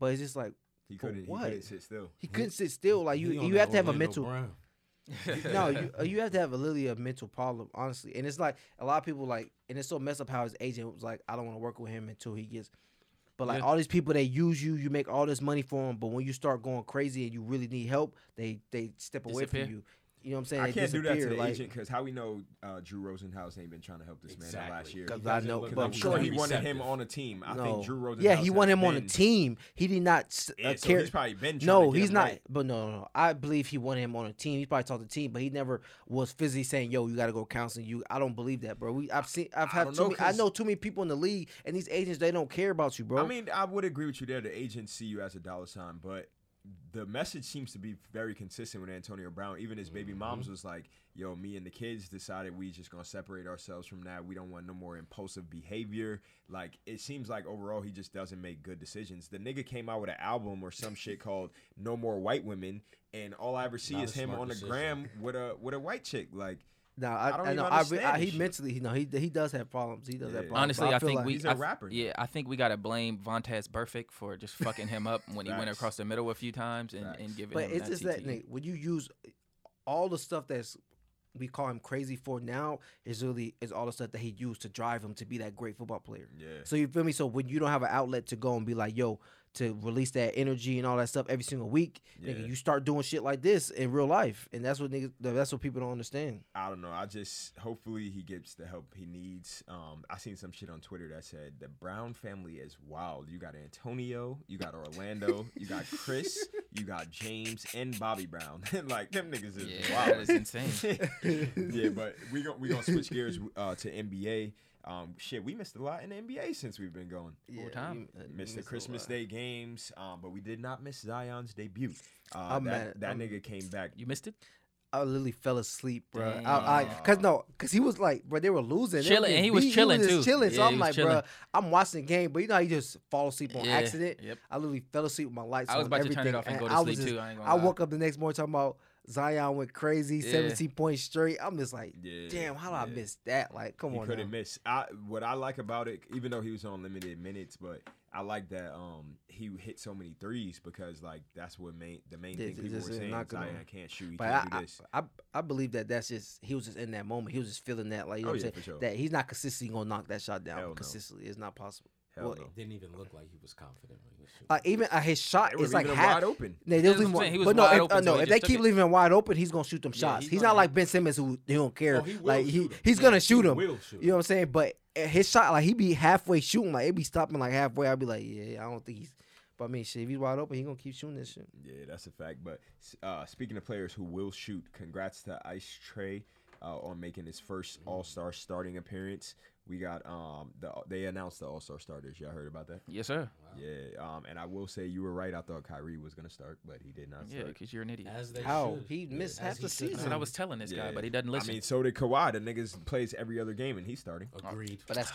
[SPEAKER 8] But it's just like
[SPEAKER 6] he
[SPEAKER 8] For
[SPEAKER 6] couldn't. He
[SPEAKER 8] what?
[SPEAKER 6] couldn't sit still.
[SPEAKER 8] he couldn't sit still. Like you, you have to have a mental. no, you
[SPEAKER 6] (laughs)
[SPEAKER 8] uh, you have to have a literally a mental problem, honestly. And it's like a lot of people like, and it's so messed up how his agent was like, I don't want to work with him until he gets. But like all these people, they use you. You make all this money for them, but when you start going crazy and you really need help, they they step away
[SPEAKER 7] Disappear.
[SPEAKER 8] from you. You know what I'm saying?
[SPEAKER 6] I
[SPEAKER 8] They
[SPEAKER 6] can't do that to
[SPEAKER 8] disappear,
[SPEAKER 6] the
[SPEAKER 8] like,
[SPEAKER 6] agent because how we know uh, Drew Rosenhaus ain't been trying to help this man the last year.
[SPEAKER 8] 'Cause I know,
[SPEAKER 6] Because
[SPEAKER 8] but
[SPEAKER 6] I'm sure he
[SPEAKER 8] no,
[SPEAKER 6] wanted him on a team. I
[SPEAKER 8] no.
[SPEAKER 6] think Drew Rosenhaus.
[SPEAKER 8] Yeah, he wanted
[SPEAKER 6] has
[SPEAKER 8] him on a
[SPEAKER 6] been-
[SPEAKER 8] team. He did not s-
[SPEAKER 6] Yeah,
[SPEAKER 8] uh,
[SPEAKER 6] so
[SPEAKER 8] care.
[SPEAKER 6] he's probably been trying
[SPEAKER 8] no,
[SPEAKER 6] to get
[SPEAKER 8] he's
[SPEAKER 6] him
[SPEAKER 8] not.
[SPEAKER 6] right.
[SPEAKER 8] But no, no, no. I believe he wanted him on a team. He probably talked to the team, but he never was physically saying, "Yo, you got to go counseling." You, I don't believe that, bro. We, I've seen, I've had
[SPEAKER 6] don't
[SPEAKER 8] too
[SPEAKER 6] know,
[SPEAKER 8] many. I
[SPEAKER 6] 'cause-
[SPEAKER 8] know too many people in the league, and these agents they don't care about you, bro.
[SPEAKER 6] I mean, I would agree with you there. The agents see you as a dollar sign, but the message seems to be very consistent with Antonio Brown. Even his
[SPEAKER 9] Mm-hmm.
[SPEAKER 6] baby moms was like, "Yo, me and the kids decided we just gonna separate ourselves from that. We don't want no more impulsive behavior." Like it seems like overall he just doesn't make good decisions. The nigga came out with an album or some shit called "No More White Women," and all I ever see
[SPEAKER 9] Not
[SPEAKER 6] is
[SPEAKER 9] a
[SPEAKER 6] him
[SPEAKER 9] smart
[SPEAKER 6] on the
[SPEAKER 9] decision.
[SPEAKER 6] gram with a with a white chick. Like
[SPEAKER 8] no,
[SPEAKER 6] I
[SPEAKER 8] I,
[SPEAKER 6] don't
[SPEAKER 8] I
[SPEAKER 6] even
[SPEAKER 8] know. I, re-
[SPEAKER 6] understand
[SPEAKER 8] I,
[SPEAKER 6] this
[SPEAKER 8] he
[SPEAKER 6] shit.
[SPEAKER 8] mentally, you know, he he does have problems. He does
[SPEAKER 6] Yeah.
[SPEAKER 8] have problems.
[SPEAKER 7] Honestly, I,
[SPEAKER 8] feel
[SPEAKER 7] think
[SPEAKER 8] like-
[SPEAKER 7] we.
[SPEAKER 6] He's
[SPEAKER 7] I
[SPEAKER 6] a
[SPEAKER 7] th-
[SPEAKER 6] rapper now.
[SPEAKER 7] Yeah, I think we gotta blame Vontez Burfict for just fucking him up when he went
[SPEAKER 6] Facts.
[SPEAKER 7] across the middle a few times and, and giving
[SPEAKER 8] But
[SPEAKER 7] him
[SPEAKER 8] it's
[SPEAKER 7] that
[SPEAKER 8] just that
[SPEAKER 7] TTE.
[SPEAKER 8] nigga, when you use all the stuff that's we call him crazy for now is really is all the stuff that he used to drive him to be that great football player.
[SPEAKER 6] Yeah.
[SPEAKER 8] So you feel me? So when you don't have an outlet to go and be like, yo, to release that energy and all that stuff every single week,
[SPEAKER 6] Yeah.
[SPEAKER 8] nigga, you start doing shit like this in real life, and that's what niggas, that's what people don't understand.
[SPEAKER 6] I don't know. I just hopefully he gets the help he needs. Um, I seen some shit on Twitter that said the Brown family is wild. You got Antonio, you got Orlando, you got
[SPEAKER 8] (laughs)
[SPEAKER 6] Chris, you got James, and Bobby Brown. (laughs) like them niggas is
[SPEAKER 7] Yeah,
[SPEAKER 6] wild.
[SPEAKER 7] that is insane.
[SPEAKER 8] (laughs)
[SPEAKER 6] (laughs) yeah, but we gon' we gonna switch gears uh, to NBA. Um, shit, we missed a lot in the NBA since we've been going.
[SPEAKER 7] Full time.
[SPEAKER 6] Missed the Christmas Day games, um, but we did not miss Zion's debut. Uh,
[SPEAKER 8] I'm
[SPEAKER 6] that
[SPEAKER 8] mad.
[SPEAKER 6] that
[SPEAKER 8] I'm-
[SPEAKER 6] nigga came back.
[SPEAKER 7] You missed it.
[SPEAKER 8] I literally fell asleep, bro. I, I, cause no, cause he was like, bro, they were losing, They were
[SPEAKER 7] Chilling, and
[SPEAKER 8] getting
[SPEAKER 7] he was
[SPEAKER 8] beat.
[SPEAKER 7] chilling,
[SPEAKER 8] just
[SPEAKER 7] too.
[SPEAKER 8] chilling. so
[SPEAKER 7] Yeah, he
[SPEAKER 8] I'm
[SPEAKER 7] was
[SPEAKER 8] like, bro,
[SPEAKER 7] chilling.
[SPEAKER 8] I'm watching the game, but you know, how you just fall asleep on
[SPEAKER 7] Yeah,
[SPEAKER 8] accident.
[SPEAKER 7] yep.
[SPEAKER 8] I literally fell asleep with my lights.
[SPEAKER 7] I
[SPEAKER 8] on,
[SPEAKER 7] was about to turn it
[SPEAKER 8] everything,
[SPEAKER 7] off and go to
[SPEAKER 8] I was
[SPEAKER 7] sleep,
[SPEAKER 8] just-
[SPEAKER 7] too, I ain't gonna
[SPEAKER 8] I
[SPEAKER 7] lie.
[SPEAKER 8] woke up the next morning talking about. Zion went crazy,
[SPEAKER 6] Yeah.
[SPEAKER 8] 17 points straight. I'm just like,
[SPEAKER 6] Yeah,
[SPEAKER 8] damn, how did
[SPEAKER 6] yeah.
[SPEAKER 8] I miss that? Like, come
[SPEAKER 6] he
[SPEAKER 8] on.
[SPEAKER 6] couldn't
[SPEAKER 8] now.
[SPEAKER 6] miss. I what I like about it, even though he was on limited minutes, but I like that um he hit so many threes because like that's what main the main
[SPEAKER 8] Yeah,
[SPEAKER 6] thing people
[SPEAKER 8] just
[SPEAKER 6] were
[SPEAKER 8] is
[SPEAKER 6] saying.
[SPEAKER 8] not gonna-
[SPEAKER 6] Zion can't shoot. He
[SPEAKER 8] but
[SPEAKER 6] can't
[SPEAKER 8] I,
[SPEAKER 6] do this.
[SPEAKER 8] I, I I believe that that's just he was just in that moment. He was just feeling that, like you know
[SPEAKER 6] Oh,
[SPEAKER 8] what
[SPEAKER 6] yeah,
[SPEAKER 8] I'm
[SPEAKER 6] for
[SPEAKER 8] saying.
[SPEAKER 6] sure.
[SPEAKER 8] That he's not consistently gonna knock that shot down
[SPEAKER 6] Hell no.
[SPEAKER 8] consistently. It's not possible.
[SPEAKER 6] Hell
[SPEAKER 8] Well,
[SPEAKER 6] no.
[SPEAKER 12] Didn't even look like he was confident when he was shooting.
[SPEAKER 8] Like even uh, his shot
[SPEAKER 12] They were
[SPEAKER 8] is like
[SPEAKER 12] leaving him
[SPEAKER 8] half
[SPEAKER 12] wide open.
[SPEAKER 8] Nah, they
[SPEAKER 12] That's what
[SPEAKER 8] was
[SPEAKER 12] I'm
[SPEAKER 8] leaving
[SPEAKER 12] saying.
[SPEAKER 8] wide-
[SPEAKER 12] He was
[SPEAKER 8] but no,
[SPEAKER 12] wide
[SPEAKER 8] if,
[SPEAKER 12] open
[SPEAKER 8] uh,
[SPEAKER 12] till
[SPEAKER 8] no,
[SPEAKER 12] he
[SPEAKER 8] if
[SPEAKER 12] just
[SPEAKER 8] they
[SPEAKER 12] took
[SPEAKER 8] keep
[SPEAKER 12] it.
[SPEAKER 8] leaving him wide open, he's gonna shoot them shots.
[SPEAKER 12] he's
[SPEAKER 8] He's,
[SPEAKER 12] gonna Oh,
[SPEAKER 8] not like Ben Simmons who he don't care.
[SPEAKER 12] he will
[SPEAKER 8] like he
[SPEAKER 12] shoot 'em.
[SPEAKER 8] he's
[SPEAKER 12] He-
[SPEAKER 8] gonna
[SPEAKER 12] he
[SPEAKER 8] shoot him.
[SPEAKER 12] will shoot
[SPEAKER 8] You know what I'm saying? But uh, his shot, like he be halfway shooting, like it be stopping like halfway. I'd be like, yeah, I don't think he's. But I mean, shit, if he's wide open, he gonna keep shooting this shit.
[SPEAKER 6] Yeah, that's a fact. But uh, speaking of players who will shoot, congrats to Ice Tray uh, on making his first
[SPEAKER 8] Mm-hmm.
[SPEAKER 6] All Star starting appearance. We got um the they announced the All Star starters. Y'all heard about that?
[SPEAKER 7] Yes, sir.
[SPEAKER 6] Yeah. Um, and I will say you were right. I thought Kyrie was gonna start, but he did not.
[SPEAKER 7] Yeah,
[SPEAKER 6] start.
[SPEAKER 7] 'cause you're an idiot. As they
[SPEAKER 8] How? should. He missed As half he the should. season.
[SPEAKER 7] That's what I was telling this guy, but he doesn't listen. Oh,
[SPEAKER 6] I mean, so did Kawhi. The niggas plays every other game, and he's starting.
[SPEAKER 12] Agreed.
[SPEAKER 8] But
[SPEAKER 7] (sighs)
[SPEAKER 8] that's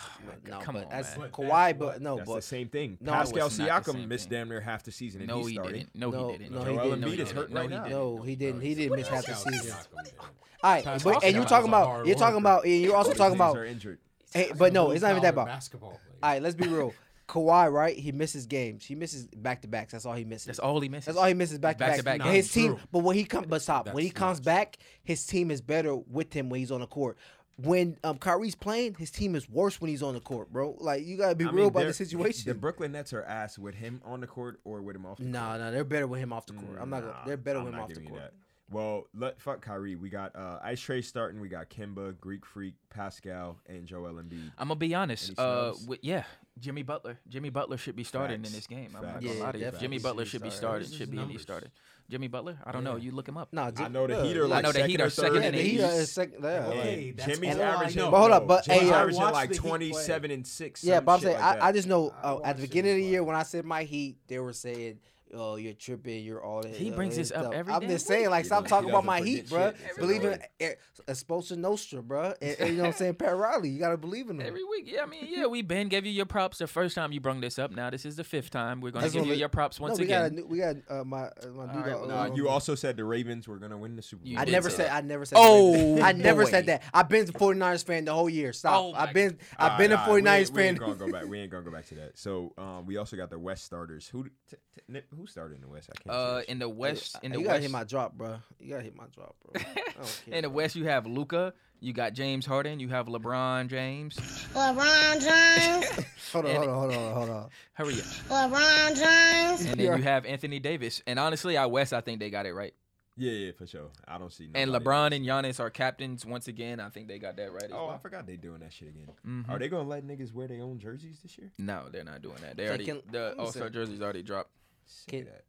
[SPEAKER 8] no,
[SPEAKER 7] come
[SPEAKER 8] but
[SPEAKER 7] on,
[SPEAKER 8] that's
[SPEAKER 7] man.
[SPEAKER 8] Kawhi. But no,
[SPEAKER 6] That's
[SPEAKER 8] but
[SPEAKER 6] the same thing.
[SPEAKER 8] No,
[SPEAKER 6] Pascal
[SPEAKER 8] it's not the
[SPEAKER 6] Siakam
[SPEAKER 8] same
[SPEAKER 6] missed damn near half the season, and
[SPEAKER 7] No,
[SPEAKER 6] he
[SPEAKER 7] he
[SPEAKER 6] started.
[SPEAKER 7] didn't. No, he didn't.
[SPEAKER 8] No,
[SPEAKER 7] No,
[SPEAKER 8] he
[SPEAKER 6] Joel
[SPEAKER 8] didn't.
[SPEAKER 6] Embiid is hurt right now.
[SPEAKER 8] No, he didn't. He didn't miss half the
[SPEAKER 12] Pascal
[SPEAKER 8] season.
[SPEAKER 12] Siakam did.
[SPEAKER 8] All right, but and
[SPEAKER 12] Pascal
[SPEAKER 8] you're talking
[SPEAKER 12] is a
[SPEAKER 8] about
[SPEAKER 12] hard
[SPEAKER 8] you're talking
[SPEAKER 12] worker.
[SPEAKER 8] about and you're also
[SPEAKER 6] These
[SPEAKER 8] talking
[SPEAKER 6] niggas
[SPEAKER 8] about.
[SPEAKER 6] are injured.
[SPEAKER 8] Hey, but no,
[SPEAKER 12] blue
[SPEAKER 8] it's not even that
[SPEAKER 12] collar
[SPEAKER 8] about
[SPEAKER 12] basketball player.
[SPEAKER 8] All right, let's be real. Kawhi, right? He misses games. He misses back to backs. That's all he misses.
[SPEAKER 7] That's all he misses.
[SPEAKER 8] That's all he misses back to back.
[SPEAKER 7] Back-to-back
[SPEAKER 8] And His
[SPEAKER 7] games.
[SPEAKER 8] team,
[SPEAKER 7] True.
[SPEAKER 8] but when he comes, but stop. when he
[SPEAKER 7] That's
[SPEAKER 8] comes back, his team is better with him when he's on the court. When um, Kyrie's playing, his team is worse when he's on the court, bro. Like you gotta be
[SPEAKER 6] I
[SPEAKER 8] real
[SPEAKER 6] mean,
[SPEAKER 8] about
[SPEAKER 6] they're-
[SPEAKER 8] the situation.
[SPEAKER 6] (laughs) The Brooklyn Nets are ass with him on the court or with him off the court.
[SPEAKER 8] No, no, they're better with him off the court. I'm not. gonna,
[SPEAKER 6] Nah,
[SPEAKER 8] they're better
[SPEAKER 6] I'm
[SPEAKER 8] with him
[SPEAKER 6] not
[SPEAKER 8] off the
[SPEAKER 6] giving you
[SPEAKER 8] court.
[SPEAKER 6] that. Well, let fuck Kyrie. We got uh, Ice Trey starting. We got Kimba, Greek Freak, Pascal, and Joel Embiid.
[SPEAKER 7] I'm gonna be honest.
[SPEAKER 6] Any
[SPEAKER 7] Uh,
[SPEAKER 6] snubs?
[SPEAKER 7] with, yeah, Jimmy Butler. Jimmy Butler should be starting
[SPEAKER 6] Facts.
[SPEAKER 7] in this game. I'm not
[SPEAKER 6] Facts.
[SPEAKER 7] gonna
[SPEAKER 6] Yeah,
[SPEAKER 7] lie to you.
[SPEAKER 6] definitely.
[SPEAKER 7] Jimmy
[SPEAKER 6] He
[SPEAKER 7] Butler
[SPEAKER 6] should
[SPEAKER 7] should be
[SPEAKER 6] start.
[SPEAKER 7] started.
[SPEAKER 6] What's
[SPEAKER 7] Should
[SPEAKER 6] his
[SPEAKER 7] be in the
[SPEAKER 6] numbers?
[SPEAKER 7] starter. Jimmy Butler. I don't know. You look him up.
[SPEAKER 8] Nah, J-
[SPEAKER 6] I know the
[SPEAKER 8] look,
[SPEAKER 6] Heat are like
[SPEAKER 7] I know the
[SPEAKER 6] second
[SPEAKER 7] Heat
[SPEAKER 6] or
[SPEAKER 7] are second
[SPEAKER 6] third.
[SPEAKER 7] in the
[SPEAKER 8] He
[SPEAKER 7] East.
[SPEAKER 8] uh, is second. Yeah,
[SPEAKER 6] And
[SPEAKER 8] like-
[SPEAKER 12] Hey, that's
[SPEAKER 6] Jimmy's
[SPEAKER 12] all I
[SPEAKER 6] averaging.
[SPEAKER 12] know.
[SPEAKER 8] But hold up, but,
[SPEAKER 6] Jimmy's
[SPEAKER 8] hey, uh, I
[SPEAKER 6] averaging
[SPEAKER 12] watched
[SPEAKER 6] like
[SPEAKER 12] the Heat play.
[SPEAKER 6] 27 and six.
[SPEAKER 8] Yeah,
[SPEAKER 6] some
[SPEAKER 8] but I'm
[SPEAKER 6] shit
[SPEAKER 8] saying
[SPEAKER 6] like
[SPEAKER 8] I, I
[SPEAKER 6] that.
[SPEAKER 8] just know uh,
[SPEAKER 12] watch
[SPEAKER 8] at the
[SPEAKER 12] him
[SPEAKER 8] beginning of the
[SPEAKER 12] play.
[SPEAKER 8] year when I said my Heat, they were saying, "Oh, you're tripping, you're all that."
[SPEAKER 7] He
[SPEAKER 8] uh,
[SPEAKER 7] brings this up
[SPEAKER 8] stuff."
[SPEAKER 7] every
[SPEAKER 8] I'm
[SPEAKER 7] damn
[SPEAKER 8] just saying, like,
[SPEAKER 6] He
[SPEAKER 8] stop
[SPEAKER 6] does- he
[SPEAKER 8] talking about
[SPEAKER 6] doesn't
[SPEAKER 8] my
[SPEAKER 6] forget
[SPEAKER 8] Heat, bro.
[SPEAKER 6] shit. Every
[SPEAKER 8] Believe in
[SPEAKER 6] night.
[SPEAKER 8] eh, Esposa Nostra, bro. And, and you know what I'm saying, Pat Riley. You gotta believe in him.
[SPEAKER 7] Every week, yeah. I mean, yeah. We Ben gave you your props the first time you brung this up. Now this is the fifth time we're gonna
[SPEAKER 8] That's
[SPEAKER 7] give
[SPEAKER 8] what
[SPEAKER 7] you
[SPEAKER 8] we-
[SPEAKER 7] your props once
[SPEAKER 8] no, we
[SPEAKER 7] again.
[SPEAKER 8] got a new, we got uh, my uh, my dude.
[SPEAKER 7] right,
[SPEAKER 8] uh,
[SPEAKER 7] well,
[SPEAKER 6] Nah,
[SPEAKER 8] uh,
[SPEAKER 6] you also said the Ravens were gonna win the Super Bowl.
[SPEAKER 7] You
[SPEAKER 8] I
[SPEAKER 7] did
[SPEAKER 8] never
[SPEAKER 7] say
[SPEAKER 8] said
[SPEAKER 7] that.
[SPEAKER 8] I never said
[SPEAKER 7] Oh,
[SPEAKER 8] I never said
[SPEAKER 7] boy.
[SPEAKER 8] that. I've been a 49ers fan the whole year. Stop.
[SPEAKER 7] Oh, my
[SPEAKER 8] I've been
[SPEAKER 6] All
[SPEAKER 8] I've been a
[SPEAKER 6] right, all right,
[SPEAKER 8] 49ers
[SPEAKER 6] we ain't-
[SPEAKER 8] fan. (laughs)
[SPEAKER 6] We ain't gonna go back. We ain't gonna go back to that. So um, we also got the West starters. Who d- t- t- Nip, who started in the West? I can't.
[SPEAKER 7] Uh,
[SPEAKER 6] see this.
[SPEAKER 7] in the West, in
[SPEAKER 8] Hey,
[SPEAKER 7] the
[SPEAKER 8] you gotta
[SPEAKER 7] West,
[SPEAKER 8] hit my drop, bro. You gotta hit my drop,
[SPEAKER 12] (laughs)
[SPEAKER 8] bro. I don't care.
[SPEAKER 7] in the West, you have Luca. You got James Harden. You have LeBron James.
[SPEAKER 13] LeBron James.
[SPEAKER 8] Hold on,
[SPEAKER 7] And-
[SPEAKER 8] hold on, hold on,
[SPEAKER 12] (laughs)
[SPEAKER 8] hold on.
[SPEAKER 7] Hurry up.
[SPEAKER 13] LeBron James.
[SPEAKER 7] And then you have Anthony Davis. And honestly, I West, I think they got it right.
[SPEAKER 6] yeah, yeah, for sure. I don't see.
[SPEAKER 7] And
[SPEAKER 6] nobody
[SPEAKER 7] LeBron
[SPEAKER 6] else.
[SPEAKER 7] and Giannis are captains once again. I think they got that right. As
[SPEAKER 6] Oh, I
[SPEAKER 7] well.
[SPEAKER 6] forgot they doing that shit again.
[SPEAKER 8] Mm-hmm.
[SPEAKER 7] Mhm.
[SPEAKER 6] Are they gonna let niggas wear their own jerseys this year?
[SPEAKER 7] No, they're not doing that. They
[SPEAKER 8] They
[SPEAKER 7] already
[SPEAKER 8] can-
[SPEAKER 7] the
[SPEAKER 8] let me
[SPEAKER 7] All Star
[SPEAKER 8] see.
[SPEAKER 7] jerseys already dropped.
[SPEAKER 6] Sick
[SPEAKER 8] Can-
[SPEAKER 6] of that.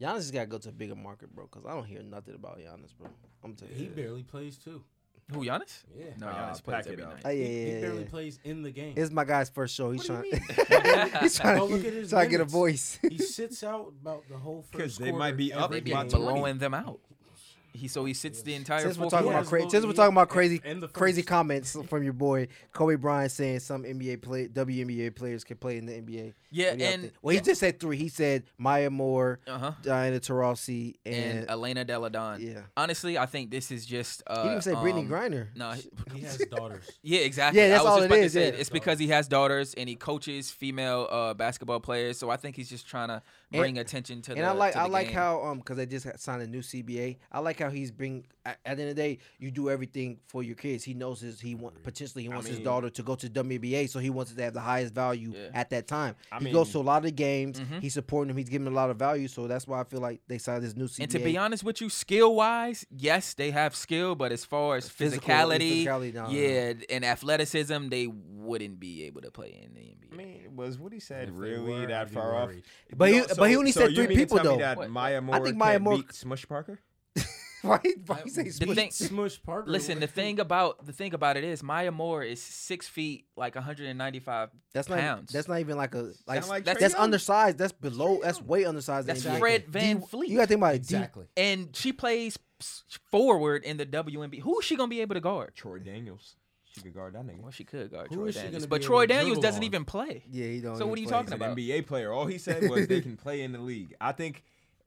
[SPEAKER 8] Giannis has got to go to a bigger market, bro. Cause I don't hear nothing about Giannis, bro. I'm telling
[SPEAKER 12] He
[SPEAKER 8] you.
[SPEAKER 12] barely plays too.
[SPEAKER 7] Who Giannis?
[SPEAKER 12] Yeah.
[SPEAKER 7] No,
[SPEAKER 6] Nah,
[SPEAKER 7] Giannis plays
[SPEAKER 6] pack it
[SPEAKER 7] every
[SPEAKER 6] up.
[SPEAKER 7] night.
[SPEAKER 8] Oh, yeah,
[SPEAKER 12] He,
[SPEAKER 8] yeah,
[SPEAKER 12] he barely
[SPEAKER 8] yeah.
[SPEAKER 12] plays in the game.
[SPEAKER 8] It's my guy's first show. He's
[SPEAKER 12] What
[SPEAKER 8] trying.
[SPEAKER 12] do you
[SPEAKER 8] (laughs) he's
[SPEAKER 12] (laughs)
[SPEAKER 8] trying
[SPEAKER 12] Go
[SPEAKER 8] to,
[SPEAKER 12] look at his
[SPEAKER 8] he's trying to get a
[SPEAKER 12] minutes.
[SPEAKER 8] voice.
[SPEAKER 12] he sits out about the whole first
[SPEAKER 6] Because
[SPEAKER 12] Because
[SPEAKER 6] they might be up
[SPEAKER 7] They be
[SPEAKER 6] by
[SPEAKER 7] blowing them out. He so he sits the entire.
[SPEAKER 8] Since we're
[SPEAKER 7] fourth
[SPEAKER 8] talking
[SPEAKER 7] quarter.
[SPEAKER 8] about
[SPEAKER 12] quarter.
[SPEAKER 8] crazy, since we're talking about
[SPEAKER 12] Yeah,
[SPEAKER 8] crazy,
[SPEAKER 12] and the
[SPEAKER 8] crazy
[SPEAKER 12] first.
[SPEAKER 8] comments from your boy Kobe Bryant saying some NBA play WNBA players can play in the NBA.
[SPEAKER 7] Yeah,
[SPEAKER 8] What do y'all
[SPEAKER 7] and-
[SPEAKER 8] think? well, he just said three. He said Maya Moore,
[SPEAKER 7] Uh-huh.
[SPEAKER 8] Diana Taurasi, and,
[SPEAKER 7] and Elena Deladon.
[SPEAKER 8] Yeah.
[SPEAKER 7] Honestly, I think this is just. Uh,
[SPEAKER 8] he didn't say Brittany
[SPEAKER 7] um,
[SPEAKER 8] Griner.
[SPEAKER 7] No, he-
[SPEAKER 12] He has daughters.
[SPEAKER 7] yeah, exactly.
[SPEAKER 8] Yeah, that's
[SPEAKER 7] I was
[SPEAKER 8] all
[SPEAKER 7] just
[SPEAKER 8] it
[SPEAKER 7] about to
[SPEAKER 8] is,
[SPEAKER 7] say,
[SPEAKER 8] yeah.
[SPEAKER 7] It's because he has daughters and he coaches female uh, basketball players, so I think he's just trying to bring attention to.
[SPEAKER 8] and
[SPEAKER 7] the,
[SPEAKER 8] I like
[SPEAKER 7] to the
[SPEAKER 8] I like
[SPEAKER 7] game.
[SPEAKER 8] how um because I just had signed a new CBA. I like how he's bring at, at the end of the day you do everything for your kids. He knows his he want potentially he wants his
[SPEAKER 6] mean-
[SPEAKER 8] daughter to go to WBA, so he wants it to have the highest value
[SPEAKER 7] Yeah.
[SPEAKER 8] at that time.
[SPEAKER 6] I
[SPEAKER 8] he goes
[SPEAKER 6] mean-
[SPEAKER 8] to a lot of games.
[SPEAKER 7] Mhm.
[SPEAKER 8] He's supporting him. He's giving him a lot of value, so that's why I feel like they signed this new CBA.
[SPEAKER 7] And to be honest with you, skill wise, yes, they have skill, but as far as
[SPEAKER 8] Physical- yeah,
[SPEAKER 7] physicality,
[SPEAKER 8] physicality, no, no, no.
[SPEAKER 7] yeah, and athleticism, they wouldn't be able to play in the NBA.
[SPEAKER 6] I mean, was what he said
[SPEAKER 12] If they
[SPEAKER 6] really
[SPEAKER 12] were,
[SPEAKER 6] that
[SPEAKER 12] I'd be
[SPEAKER 6] far off?
[SPEAKER 12] worried.
[SPEAKER 8] But he-
[SPEAKER 6] don't-
[SPEAKER 8] but he only
[SPEAKER 6] so
[SPEAKER 8] said
[SPEAKER 6] you
[SPEAKER 8] three
[SPEAKER 6] mean to
[SPEAKER 8] people,
[SPEAKER 6] tell me
[SPEAKER 8] though.
[SPEAKER 6] that
[SPEAKER 7] What?
[SPEAKER 6] Maya Moore
[SPEAKER 8] I think Maya
[SPEAKER 6] can't
[SPEAKER 8] Moore-
[SPEAKER 6] beat Smush Parker.
[SPEAKER 8] (laughs) why why you say
[SPEAKER 7] Uh, the thing,
[SPEAKER 12] Smush Parker.
[SPEAKER 7] (laughs) listen, the
[SPEAKER 12] was-
[SPEAKER 7] thing about the thing about it is Maya Moore is six feet, like 195
[SPEAKER 8] that's not
[SPEAKER 7] pounds.
[SPEAKER 8] that's not even like a like
[SPEAKER 6] like
[SPEAKER 8] that's,
[SPEAKER 6] Trae Young.
[SPEAKER 8] undersized. That's below. That's way undersized. in
[SPEAKER 7] That's
[SPEAKER 8] the NBA.
[SPEAKER 7] Fred Van
[SPEAKER 8] D-
[SPEAKER 7] Fleet.
[SPEAKER 8] You got to think about it. D-
[SPEAKER 12] exactly.
[SPEAKER 7] and she plays s- forward in the WNBA. Who is she gonna be able to guard?
[SPEAKER 6] Troy Daniels. She could guard that nigga.
[SPEAKER 7] Well, she could guard
[SPEAKER 12] Who
[SPEAKER 7] Troy
[SPEAKER 12] is she
[SPEAKER 7] Daniels,
[SPEAKER 12] gonna
[SPEAKER 7] but
[SPEAKER 12] be
[SPEAKER 7] Troy
[SPEAKER 12] able to
[SPEAKER 7] Daniels
[SPEAKER 12] dribble
[SPEAKER 7] doesn't
[SPEAKER 12] on?
[SPEAKER 7] even play.
[SPEAKER 8] yeah, he don't.
[SPEAKER 7] So
[SPEAKER 8] even
[SPEAKER 7] what are you
[SPEAKER 8] play.
[SPEAKER 7] talking
[SPEAKER 6] He's an
[SPEAKER 7] about?
[SPEAKER 6] NBA player. All he said was they can play in the league. I think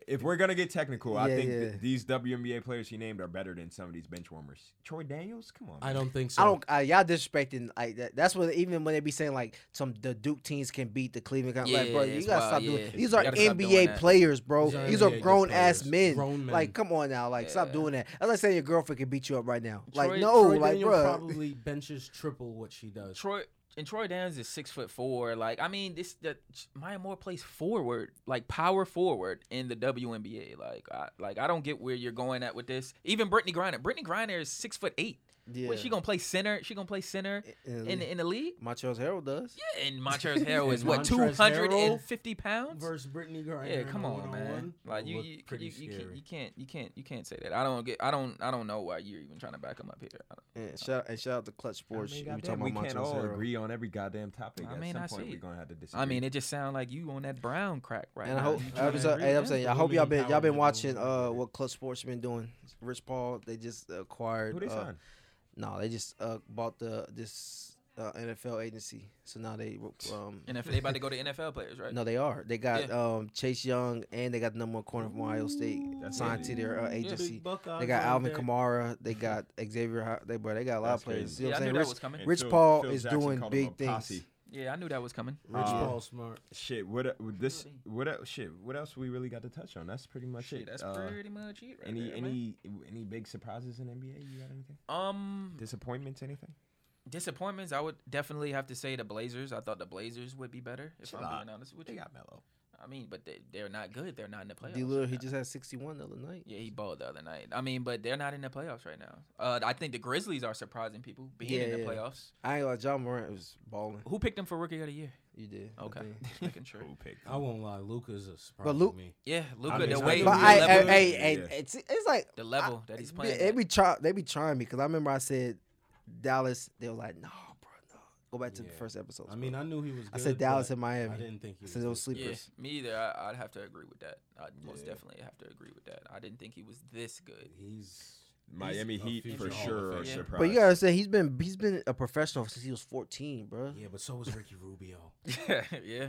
[SPEAKER 6] if we're gonna get technical, I
[SPEAKER 12] Yeah,
[SPEAKER 6] think
[SPEAKER 12] yeah.
[SPEAKER 6] th- these WNBA players he named are better than some of these bench warmers. Troy Daniels, come on.
[SPEAKER 12] I don't think
[SPEAKER 6] so.
[SPEAKER 8] I don't. Uh, y'all disrespecting like that. That's what even when they be saying like some the Duke teams can beat the Cleveland. Con- like,
[SPEAKER 12] Yeah,
[SPEAKER 8] bro, you
[SPEAKER 12] it's
[SPEAKER 8] gotta
[SPEAKER 12] wild,
[SPEAKER 8] stop
[SPEAKER 12] yeah.
[SPEAKER 8] doing. These
[SPEAKER 12] You
[SPEAKER 8] are
[SPEAKER 12] gotta stop doing
[SPEAKER 8] NBA
[SPEAKER 12] that.
[SPEAKER 8] players, bro.
[SPEAKER 12] These are
[SPEAKER 8] These are
[SPEAKER 12] NBA
[SPEAKER 8] grown ass
[SPEAKER 12] players.
[SPEAKER 8] men.
[SPEAKER 12] Grown men.
[SPEAKER 8] Like, come on now. Like, stop doing that. That's like saying your girlfriend can beat you up right now. Like,
[SPEAKER 7] Troy-
[SPEAKER 8] no.
[SPEAKER 7] Troy
[SPEAKER 8] like,
[SPEAKER 7] Daniels
[SPEAKER 8] bro.
[SPEAKER 12] probably benches triple what she does.
[SPEAKER 7] Troy and Troy Daniels is six foot four. Like I mean, this that Maya Moore plays forward, like power forward in the WNBA. Like I like I don't get where you're going at with this. Even Brittany Griner, Brittany Griner is six foot eight.
[SPEAKER 8] Yeah.
[SPEAKER 7] What she gonna play center? She gonna play center in in, the league?
[SPEAKER 8] Montrezl Harrell does.
[SPEAKER 7] Yeah, and
[SPEAKER 12] (laughs)
[SPEAKER 7] Montrezl Harrell is what two
[SPEAKER 12] Montrezl
[SPEAKER 7] hundred
[SPEAKER 12] Harrell
[SPEAKER 7] and fifty pounds
[SPEAKER 12] versus Brittany Griner.
[SPEAKER 7] Yeah, come
[SPEAKER 12] in a
[SPEAKER 7] on, man.
[SPEAKER 12] one-on-one
[SPEAKER 7] Like
[SPEAKER 12] would
[SPEAKER 7] you,
[SPEAKER 12] look
[SPEAKER 7] you,
[SPEAKER 12] pretty
[SPEAKER 7] you, you can't,
[SPEAKER 12] scary.
[SPEAKER 7] you can't, you can't, you can't say that. I don't get. I don't. I don't know why you're even trying to back him up here. I don't-
[SPEAKER 8] And shout and shout out to Clutch Sports.
[SPEAKER 7] mean,
[SPEAKER 8] we
[SPEAKER 7] goddamn,
[SPEAKER 8] talking about
[SPEAKER 6] we can't all
[SPEAKER 8] Montrezl Harrell.
[SPEAKER 6] agree on every goddamn topic.
[SPEAKER 7] I
[SPEAKER 6] At
[SPEAKER 7] mean,
[SPEAKER 6] some
[SPEAKER 7] I
[SPEAKER 6] point,
[SPEAKER 7] see.
[SPEAKER 6] we're gonna have to disagree.
[SPEAKER 7] I mean, it just sounds like you on that brown crack right
[SPEAKER 8] And I
[SPEAKER 7] now.
[SPEAKER 8] hope,
[SPEAKER 7] You trying
[SPEAKER 8] I'm,
[SPEAKER 7] to
[SPEAKER 8] so-
[SPEAKER 7] agree
[SPEAKER 8] hey, I'm
[SPEAKER 7] with
[SPEAKER 8] saying,
[SPEAKER 7] them?
[SPEAKER 8] I hope y'all been y'all been watching uh what Clutch Sports been doing. Rich Paul, they just acquired.
[SPEAKER 6] Who they
[SPEAKER 8] uh,
[SPEAKER 6] signed?
[SPEAKER 8] No, they just uh, bought the this uh, NFL agency. So now they um
[SPEAKER 7] (laughs) And if they about to go to NFL players, right?
[SPEAKER 8] No, they are. They got
[SPEAKER 7] Yeah.
[SPEAKER 8] um Chase Young and they got the number one corner from Ohio State signed to their uh,
[SPEAKER 7] Yeah, big
[SPEAKER 8] agency.
[SPEAKER 7] Buckeye
[SPEAKER 8] they got Alvin
[SPEAKER 7] contract.
[SPEAKER 8] Kamara.
[SPEAKER 7] (laughs)
[SPEAKER 8] They got Xavier. Ho- They bro, they got a lot
[SPEAKER 7] That's
[SPEAKER 8] of players.
[SPEAKER 7] crazy.
[SPEAKER 8] You know
[SPEAKER 7] Yeah,
[SPEAKER 8] what I'm
[SPEAKER 7] I knew
[SPEAKER 8] saying?
[SPEAKER 7] that
[SPEAKER 8] Rich,
[SPEAKER 7] was coming.
[SPEAKER 8] Rich
[SPEAKER 6] Phil-
[SPEAKER 8] Paul
[SPEAKER 6] Phil
[SPEAKER 8] is
[SPEAKER 6] Jackson
[SPEAKER 8] doing
[SPEAKER 6] called him
[SPEAKER 8] big
[SPEAKER 6] a
[SPEAKER 8] things.
[SPEAKER 6] posse.
[SPEAKER 7] Yeah, I knew that was coming.
[SPEAKER 12] Rich
[SPEAKER 6] Uh,
[SPEAKER 12] Paul smart.
[SPEAKER 6] Shit, what uh, this? What else? Shit, what else we really got to touch on? That's pretty much
[SPEAKER 7] Shit,
[SPEAKER 6] it.
[SPEAKER 8] uh,
[SPEAKER 6] Uh,
[SPEAKER 7] that's pretty much it right
[SPEAKER 6] any
[SPEAKER 7] there, man.
[SPEAKER 6] any any big surprises in NBA? You got anything?
[SPEAKER 7] Um,
[SPEAKER 6] Disappointments? Anything?
[SPEAKER 7] disappointments. I would definitely have to say the Blazers. I thought the Blazers would be better. If I'm being honest with you, they got
[SPEAKER 6] mellow.
[SPEAKER 7] I mean, but they, they're not good. They're not in the playoffs.
[SPEAKER 8] D. Little, he just had 61 the other night.
[SPEAKER 7] Yeah, he balled the other night. I mean, but they're not in the playoffs right now. Uh, I think the Grizzlies are surprising people being in the playoffs.
[SPEAKER 8] I ain't like John Morant was balling.
[SPEAKER 7] Who picked him for rookie of the year?
[SPEAKER 8] You did. I
[SPEAKER 7] Okay,
[SPEAKER 8] think.
[SPEAKER 7] just making
[SPEAKER 12] (laughs)
[SPEAKER 7] sure. Who
[SPEAKER 6] picked
[SPEAKER 12] I won't lie, Luca's a surprise
[SPEAKER 8] But Lu-
[SPEAKER 12] to me.
[SPEAKER 7] Yeah, Luka,
[SPEAKER 12] mean,
[SPEAKER 7] the
[SPEAKER 12] I
[SPEAKER 7] way
[SPEAKER 12] think
[SPEAKER 8] But
[SPEAKER 12] he
[SPEAKER 8] I,
[SPEAKER 12] left-
[SPEAKER 8] hey, hey, hey, it's it's like
[SPEAKER 7] The level
[SPEAKER 8] I-
[SPEAKER 7] that he's
[SPEAKER 8] they-
[SPEAKER 7] playing
[SPEAKER 8] They
[SPEAKER 7] at.
[SPEAKER 8] be try, they be trying me because I remember I said Dallas. They were like, no, bro, no. Go back to the first episode.
[SPEAKER 12] I mean, I knew he was.
[SPEAKER 8] I
[SPEAKER 12] good,
[SPEAKER 8] said Dallas
[SPEAKER 12] but
[SPEAKER 8] and Miami.
[SPEAKER 12] I didn't think he
[SPEAKER 8] I
[SPEAKER 12] was.
[SPEAKER 8] said those
[SPEAKER 12] good.
[SPEAKER 7] Yeah,
[SPEAKER 8] sleepers.
[SPEAKER 7] me either. I, I'd have to agree with that. I'd most definitely have to agree with that. I didn't think he was this good.
[SPEAKER 12] (laughs)
[SPEAKER 7] (laughs)
[SPEAKER 12] He's
[SPEAKER 6] Miami
[SPEAKER 12] a
[SPEAKER 6] Heat
[SPEAKER 12] future
[SPEAKER 6] for
[SPEAKER 12] Hall of
[SPEAKER 6] sure are
[SPEAKER 12] Famer.
[SPEAKER 6] surprised.
[SPEAKER 8] But you gotta say he's been he's been a professional since he was 14, bro.
[SPEAKER 12] Yeah, but so was Ricky Rubio.
[SPEAKER 7] yeah.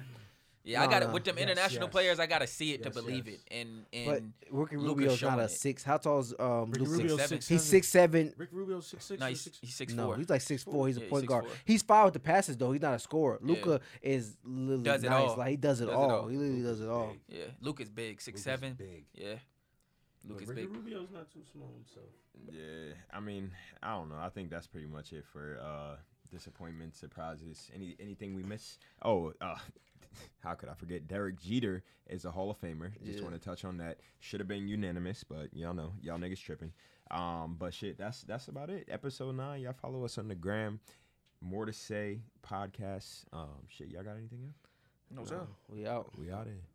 [SPEAKER 7] Yeah, I
[SPEAKER 8] Nah,
[SPEAKER 7] got to
[SPEAKER 8] nah.
[SPEAKER 7] With them
[SPEAKER 12] Yes,
[SPEAKER 7] international
[SPEAKER 12] yes.
[SPEAKER 7] players, I got to see it
[SPEAKER 12] Yes,
[SPEAKER 7] to believe
[SPEAKER 12] yes.
[SPEAKER 7] it. And
[SPEAKER 8] But
[SPEAKER 7] and
[SPEAKER 8] Ricky
[SPEAKER 7] Luka's
[SPEAKER 8] Rubio's not
[SPEAKER 7] showing
[SPEAKER 8] a
[SPEAKER 7] it.
[SPEAKER 8] six. How tall is um
[SPEAKER 7] Ricky
[SPEAKER 8] Luka?
[SPEAKER 7] Rubio's
[SPEAKER 8] He's
[SPEAKER 7] 6'7".
[SPEAKER 8] six seven.
[SPEAKER 12] Rick Rubio's six six.
[SPEAKER 7] No, he's, he's six
[SPEAKER 8] no,
[SPEAKER 7] four.
[SPEAKER 8] he's like six four. He's
[SPEAKER 7] Yeah,
[SPEAKER 8] a
[SPEAKER 7] he's
[SPEAKER 8] point guard.
[SPEAKER 7] 6'4".
[SPEAKER 8] He's fine with the passes though. He's not a scorer.
[SPEAKER 7] Yeah.
[SPEAKER 8] Luca is literally
[SPEAKER 7] Does it
[SPEAKER 8] nice.
[SPEAKER 7] all.
[SPEAKER 8] Like he does it, all. He literally does it all.
[SPEAKER 7] Yeah, Luke is big, six
[SPEAKER 12] Luka's
[SPEAKER 7] seven.
[SPEAKER 12] big.
[SPEAKER 7] Yeah, Luke is
[SPEAKER 12] Ricky
[SPEAKER 7] big.
[SPEAKER 12] Rubio's not too small himself.
[SPEAKER 6] Yeah, I mean, I don't know. I think that's pretty much it for uh disappointment, surprises, any anything we miss. Oh, uh (laughs) how could I forget? Derek Jeter is a Hall of Famer. Just
[SPEAKER 8] Yeah.
[SPEAKER 6] want to touch on that. Should have been unanimous, but y'all know y'all niggas tripping. Um, but shit, that's that's about it. Episode nine. Y'all follow us on the gram. More to say podcast. Um, shit, y'all got anything else?
[SPEAKER 7] No, sir.
[SPEAKER 8] We out.
[SPEAKER 6] We out in.